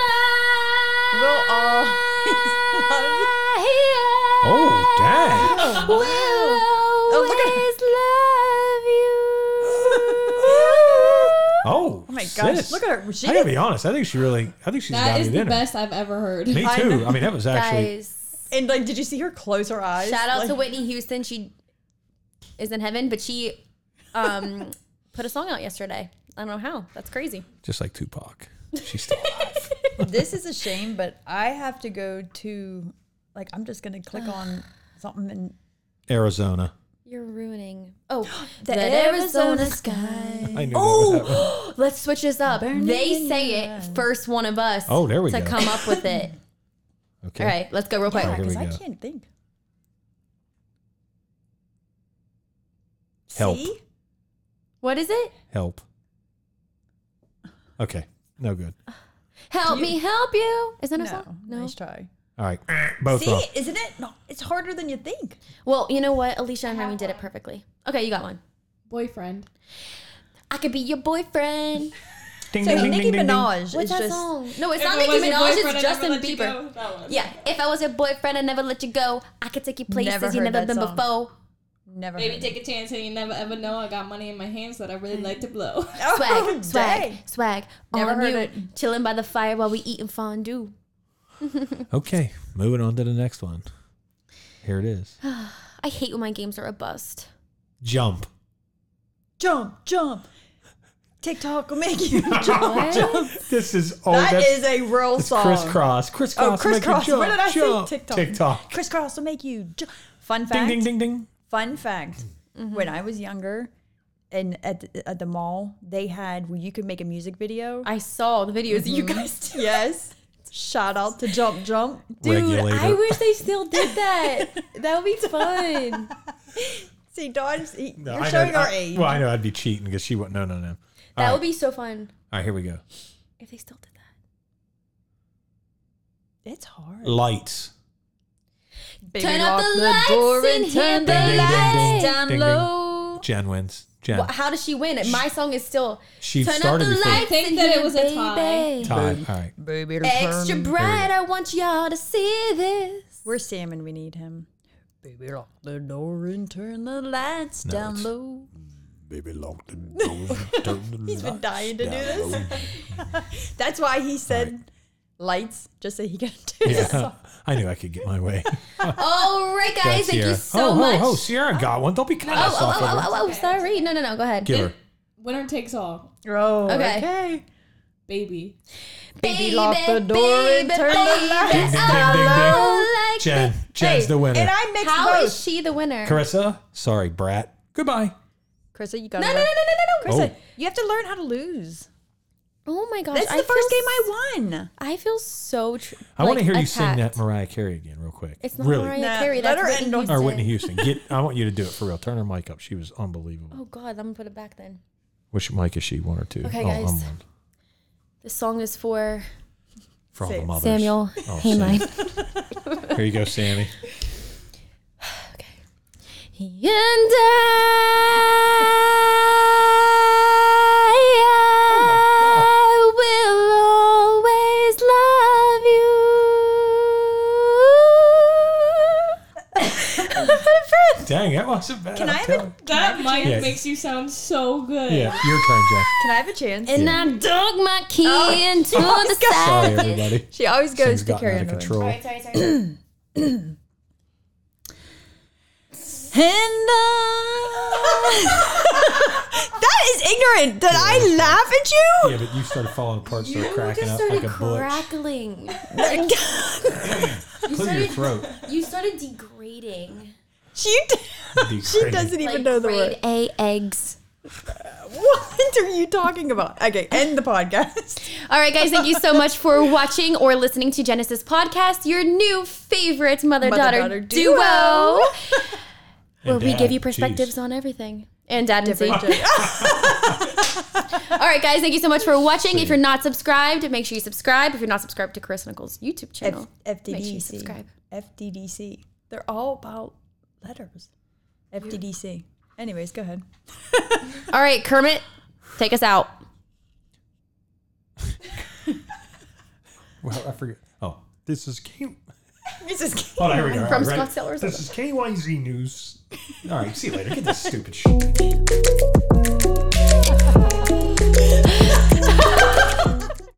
[SPEAKER 1] I
[SPEAKER 3] uh, all.
[SPEAKER 4] Oh, dang.
[SPEAKER 1] will always
[SPEAKER 4] Oh,
[SPEAKER 3] my gosh,
[SPEAKER 4] sis.
[SPEAKER 3] look at her. She
[SPEAKER 4] I gotta
[SPEAKER 3] did-
[SPEAKER 4] be honest. I think she really, I think she's
[SPEAKER 5] That
[SPEAKER 4] got
[SPEAKER 5] is
[SPEAKER 4] it
[SPEAKER 5] the
[SPEAKER 4] in
[SPEAKER 5] best I've ever heard.
[SPEAKER 4] her. Me
[SPEAKER 3] I
[SPEAKER 4] too.
[SPEAKER 3] know.
[SPEAKER 4] I mean, that was
[SPEAKER 1] love you.
[SPEAKER 4] actually,
[SPEAKER 1] Guys,
[SPEAKER 3] and like, did you see her close her eyes?
[SPEAKER 1] shout out to
[SPEAKER 3] Like,
[SPEAKER 1] Whitney Houston. She is in heaven, but she um, put a song out yesterday. I don't know how. That's crazy.
[SPEAKER 4] just like Tupac. She's still alive.
[SPEAKER 3] this is a shame, but I have to go to. Like, I'm just gonna click on something and
[SPEAKER 4] Arizona.
[SPEAKER 1] You're ruining. Oh,
[SPEAKER 3] The
[SPEAKER 1] the,
[SPEAKER 3] Arizona
[SPEAKER 1] Arizona sky.
[SPEAKER 4] I knew oh! that. was-
[SPEAKER 1] Let's switch this up.
[SPEAKER 3] Burning
[SPEAKER 1] they
[SPEAKER 3] in
[SPEAKER 1] say
[SPEAKER 3] your
[SPEAKER 1] it first, one of us.
[SPEAKER 4] Oh, there we
[SPEAKER 1] to
[SPEAKER 4] go.
[SPEAKER 1] come up with it.
[SPEAKER 4] Okay.
[SPEAKER 1] All right, let's go real quick.
[SPEAKER 4] All right, Oh, here
[SPEAKER 3] because
[SPEAKER 4] we
[SPEAKER 3] I
[SPEAKER 4] go.
[SPEAKER 3] can't think.
[SPEAKER 4] Help.
[SPEAKER 3] See?
[SPEAKER 1] What is it?
[SPEAKER 4] Help. Okay. No good.
[SPEAKER 1] Help me help you. Is that a
[SPEAKER 3] No,
[SPEAKER 1] song? No.
[SPEAKER 3] nice try.
[SPEAKER 4] All right. Both
[SPEAKER 3] See,
[SPEAKER 4] wrong.
[SPEAKER 3] isn't it? No, it's harder than you think.
[SPEAKER 1] Well, you know what? Alicia and Remy did it perfectly. Okay, you got one.
[SPEAKER 5] Boyfriend.
[SPEAKER 1] I could be your boyfriend.
[SPEAKER 4] Ding,
[SPEAKER 3] So
[SPEAKER 4] ding, ding,
[SPEAKER 3] Nicki
[SPEAKER 4] ding, ding, ding.
[SPEAKER 3] Minaj
[SPEAKER 1] What's
[SPEAKER 3] is
[SPEAKER 1] that
[SPEAKER 3] just
[SPEAKER 1] song? No, it's
[SPEAKER 5] If
[SPEAKER 1] not
[SPEAKER 5] it
[SPEAKER 1] Nicki
[SPEAKER 5] was your
[SPEAKER 1] Minaj.
[SPEAKER 5] boyfriend,
[SPEAKER 1] It's
[SPEAKER 5] I'd
[SPEAKER 1] Justin
[SPEAKER 5] never let you
[SPEAKER 1] Bieber.
[SPEAKER 5] go. That one.
[SPEAKER 1] Yeah, if I was your boyfriend, I'd never let you go. I could take you places
[SPEAKER 3] Never
[SPEAKER 1] you
[SPEAKER 3] heard
[SPEAKER 1] never
[SPEAKER 3] that
[SPEAKER 1] been
[SPEAKER 3] song.
[SPEAKER 1] before.
[SPEAKER 3] never.
[SPEAKER 5] Baby,
[SPEAKER 3] heard
[SPEAKER 5] take a chance and you never ever know. I got money in my hands that I really like to blow.
[SPEAKER 3] it.
[SPEAKER 1] Swag,
[SPEAKER 3] Oh,
[SPEAKER 1] swag,
[SPEAKER 3] dang.
[SPEAKER 1] swag.
[SPEAKER 3] Never
[SPEAKER 1] on
[SPEAKER 3] heard
[SPEAKER 1] you,
[SPEAKER 3] it.
[SPEAKER 1] chilling by the fire while we eating fondue.
[SPEAKER 4] Okay. Moving on to the next one. Here it is.
[SPEAKER 1] I hate when my games are a bust.
[SPEAKER 4] Jump.
[SPEAKER 3] Jump, jump. TikTok will make you jump.
[SPEAKER 4] This is oh,
[SPEAKER 3] that
[SPEAKER 4] that's,
[SPEAKER 3] is a real
[SPEAKER 4] it's
[SPEAKER 3] song.
[SPEAKER 4] crisscross. Crisscross.
[SPEAKER 3] Oh,
[SPEAKER 4] make
[SPEAKER 3] crisscross.
[SPEAKER 4] a Jump,
[SPEAKER 3] Where did I see
[SPEAKER 4] jump.
[SPEAKER 3] TikTok?
[SPEAKER 4] TikTok.
[SPEAKER 3] Crisscross will make you jump. Fun
[SPEAKER 4] Ding,
[SPEAKER 3] fact.
[SPEAKER 4] ding, ding, ding.
[SPEAKER 3] Fun fact.
[SPEAKER 1] Mm-hmm.
[SPEAKER 3] When I was younger, and at the, at the mall, they had where you could make a music video.
[SPEAKER 1] I saw the videos that you guys did.
[SPEAKER 3] yes. Shout out to Jump Jump.
[SPEAKER 1] Dude,
[SPEAKER 4] Regulator.
[SPEAKER 1] I wish they still did that. that would be fun.
[SPEAKER 3] See, Dawn, he-
[SPEAKER 4] No,
[SPEAKER 3] you're
[SPEAKER 4] I know-
[SPEAKER 3] showing our
[SPEAKER 4] I-
[SPEAKER 3] age.
[SPEAKER 4] Well, I know I'd be cheating because she wouldn't. No, no, no.
[SPEAKER 1] That
[SPEAKER 4] All right.
[SPEAKER 1] would be so fun
[SPEAKER 4] All right, here we go.
[SPEAKER 1] if they still did that.
[SPEAKER 3] It's hard.
[SPEAKER 4] Lights.
[SPEAKER 3] Baby,
[SPEAKER 1] turn up
[SPEAKER 3] lock
[SPEAKER 1] the, lights
[SPEAKER 3] door
[SPEAKER 1] and turn the
[SPEAKER 4] Ding, ding, ding,
[SPEAKER 1] lights
[SPEAKER 4] ding.
[SPEAKER 1] down
[SPEAKER 4] Ding, ding.
[SPEAKER 1] low.
[SPEAKER 4] Jen wins. Jen.
[SPEAKER 1] Well, how does she win? it? My song is still
[SPEAKER 4] She
[SPEAKER 1] turn up
[SPEAKER 4] started
[SPEAKER 1] the
[SPEAKER 4] before.
[SPEAKER 1] lights
[SPEAKER 5] Think
[SPEAKER 1] in
[SPEAKER 5] that it
[SPEAKER 1] here,
[SPEAKER 5] was a tie.
[SPEAKER 1] baby.
[SPEAKER 4] Tie. All right.
[SPEAKER 3] Baby,
[SPEAKER 1] Extra bright, I want y'all to see this.
[SPEAKER 3] We're Sam and we need him. Baby, lock the door and turn the lights down
[SPEAKER 4] it's-
[SPEAKER 3] low.
[SPEAKER 4] Baby locked the door. Turn the
[SPEAKER 3] He's been
[SPEAKER 4] lights
[SPEAKER 3] dying to do
[SPEAKER 4] down
[SPEAKER 3] this.
[SPEAKER 4] low.
[SPEAKER 3] That's why he said lights, just so he can do this.
[SPEAKER 4] Yeah. I knew I could get my way.
[SPEAKER 1] All right, guys,
[SPEAKER 4] That's
[SPEAKER 1] thank you
[SPEAKER 4] Sierra.
[SPEAKER 1] so
[SPEAKER 4] oh,
[SPEAKER 1] much.
[SPEAKER 4] Oh, oh, Sierra got one. Don't be kind
[SPEAKER 1] oh,
[SPEAKER 4] of
[SPEAKER 1] oh,
[SPEAKER 4] soft.
[SPEAKER 1] oh,
[SPEAKER 4] over
[SPEAKER 1] oh,
[SPEAKER 4] her.
[SPEAKER 1] oh, sorry. No, no, no. Go ahead.
[SPEAKER 4] Give her.
[SPEAKER 5] Winner takes all.
[SPEAKER 3] Oh,
[SPEAKER 1] Okay.
[SPEAKER 5] Baby.
[SPEAKER 3] Baby, lock the door and turn the
[SPEAKER 4] Ding, ding,
[SPEAKER 3] lights
[SPEAKER 4] ding,
[SPEAKER 3] down
[SPEAKER 4] ding, ding.
[SPEAKER 3] low.
[SPEAKER 1] Like
[SPEAKER 4] Jen. Jen's
[SPEAKER 3] Hey,
[SPEAKER 4] the winner.
[SPEAKER 3] And I mixed
[SPEAKER 1] How
[SPEAKER 3] both.
[SPEAKER 1] is she the winner?
[SPEAKER 4] Carissa, sorry, brat. Goodbye.
[SPEAKER 3] Carissa, you got
[SPEAKER 1] No, no, no, no, no, no, no.
[SPEAKER 4] Oh.
[SPEAKER 3] Carissa, you have to learn how to lose.
[SPEAKER 1] Oh my gosh.
[SPEAKER 3] That's the
[SPEAKER 1] I
[SPEAKER 3] first
[SPEAKER 1] feel
[SPEAKER 3] game I won.
[SPEAKER 1] I feel so. Tr-
[SPEAKER 4] I want
[SPEAKER 1] like,
[SPEAKER 4] to hear you sing
[SPEAKER 1] attacked.
[SPEAKER 4] that Mariah Carey again, real quick.
[SPEAKER 1] It's not
[SPEAKER 4] really.
[SPEAKER 1] Mariah
[SPEAKER 3] Nah,
[SPEAKER 1] Carey.
[SPEAKER 3] let
[SPEAKER 1] That's
[SPEAKER 3] her
[SPEAKER 1] Whitney
[SPEAKER 3] end on-
[SPEAKER 1] Houston.
[SPEAKER 4] Or Whitney Houston. Get. I want you to do it for real. Turn her mic up. She was unbelievable.
[SPEAKER 1] Oh God, I'm gonna put it back then.
[SPEAKER 4] Which mic is she? One or two?
[SPEAKER 1] Okay,
[SPEAKER 4] oh, I'm
[SPEAKER 1] guys.
[SPEAKER 4] one.
[SPEAKER 1] This song is for
[SPEAKER 4] For all the
[SPEAKER 3] Sam-
[SPEAKER 4] mothers.
[SPEAKER 1] Samuel
[SPEAKER 4] Oh,
[SPEAKER 1] Hamline.
[SPEAKER 4] Sam. Here you go, Sammy.
[SPEAKER 1] And I
[SPEAKER 4] wasn't bad.
[SPEAKER 3] Can
[SPEAKER 4] I'm
[SPEAKER 3] I have
[SPEAKER 4] telling
[SPEAKER 3] a,
[SPEAKER 4] you.
[SPEAKER 5] That mic
[SPEAKER 4] Yeah.
[SPEAKER 5] makes you sound so good.
[SPEAKER 4] Yeah, your turn, Jack.
[SPEAKER 3] can I have a chance?
[SPEAKER 1] And
[SPEAKER 4] Yeah.
[SPEAKER 1] I dug my key
[SPEAKER 3] Oh,
[SPEAKER 1] into the
[SPEAKER 4] Sorry,
[SPEAKER 1] side.
[SPEAKER 4] everybody.
[SPEAKER 3] She always
[SPEAKER 4] Things
[SPEAKER 3] goes to
[SPEAKER 4] gotten
[SPEAKER 3] Carrie
[SPEAKER 4] out of
[SPEAKER 3] Underwood.
[SPEAKER 1] sorry,
[SPEAKER 4] control.
[SPEAKER 1] sorry.
[SPEAKER 3] And I- that is ignorant. Did I laugh at you?
[SPEAKER 4] Yeah, but you started falling apart, started
[SPEAKER 1] You
[SPEAKER 4] cracking
[SPEAKER 1] just
[SPEAKER 4] up
[SPEAKER 1] started
[SPEAKER 4] like a butch.
[SPEAKER 1] crackling.
[SPEAKER 4] Clear your throat.
[SPEAKER 1] You started degrading.
[SPEAKER 3] She, d- she
[SPEAKER 4] Degrading.
[SPEAKER 3] doesn't even
[SPEAKER 1] Like
[SPEAKER 3] know the
[SPEAKER 1] grade
[SPEAKER 3] word.
[SPEAKER 1] A eggs.
[SPEAKER 3] What are you talking about? Okay, end the podcast.
[SPEAKER 1] All right, guys, thank you so much for watching or listening to Genesis Podcast, your new favorite mother daughter
[SPEAKER 3] Mother-daughter
[SPEAKER 1] duo,
[SPEAKER 3] duo.
[SPEAKER 1] where we
[SPEAKER 4] Dad,
[SPEAKER 1] give you
[SPEAKER 4] jeez.
[SPEAKER 1] perspectives on everything. And dad and
[SPEAKER 3] Different
[SPEAKER 1] Z. All right, guys, thank you so much for watching. If you're not subscribed, make sure you subscribe. If you're not subscribed to Chris Nichols' YouTube channel,
[SPEAKER 3] F- FDDC.
[SPEAKER 1] make sure you subscribe.
[SPEAKER 3] FDDC. They're all about letters. FDDC. Anyways, go ahead.
[SPEAKER 1] All right, Kermit, take us out.
[SPEAKER 4] Well, I forget. Oh, this is K.
[SPEAKER 3] This is-
[SPEAKER 4] Oh, here we go.
[SPEAKER 1] From
[SPEAKER 4] All right.
[SPEAKER 1] Scottsdale or
[SPEAKER 4] This is KYZ News. All right, see you later. Get this stupid shit.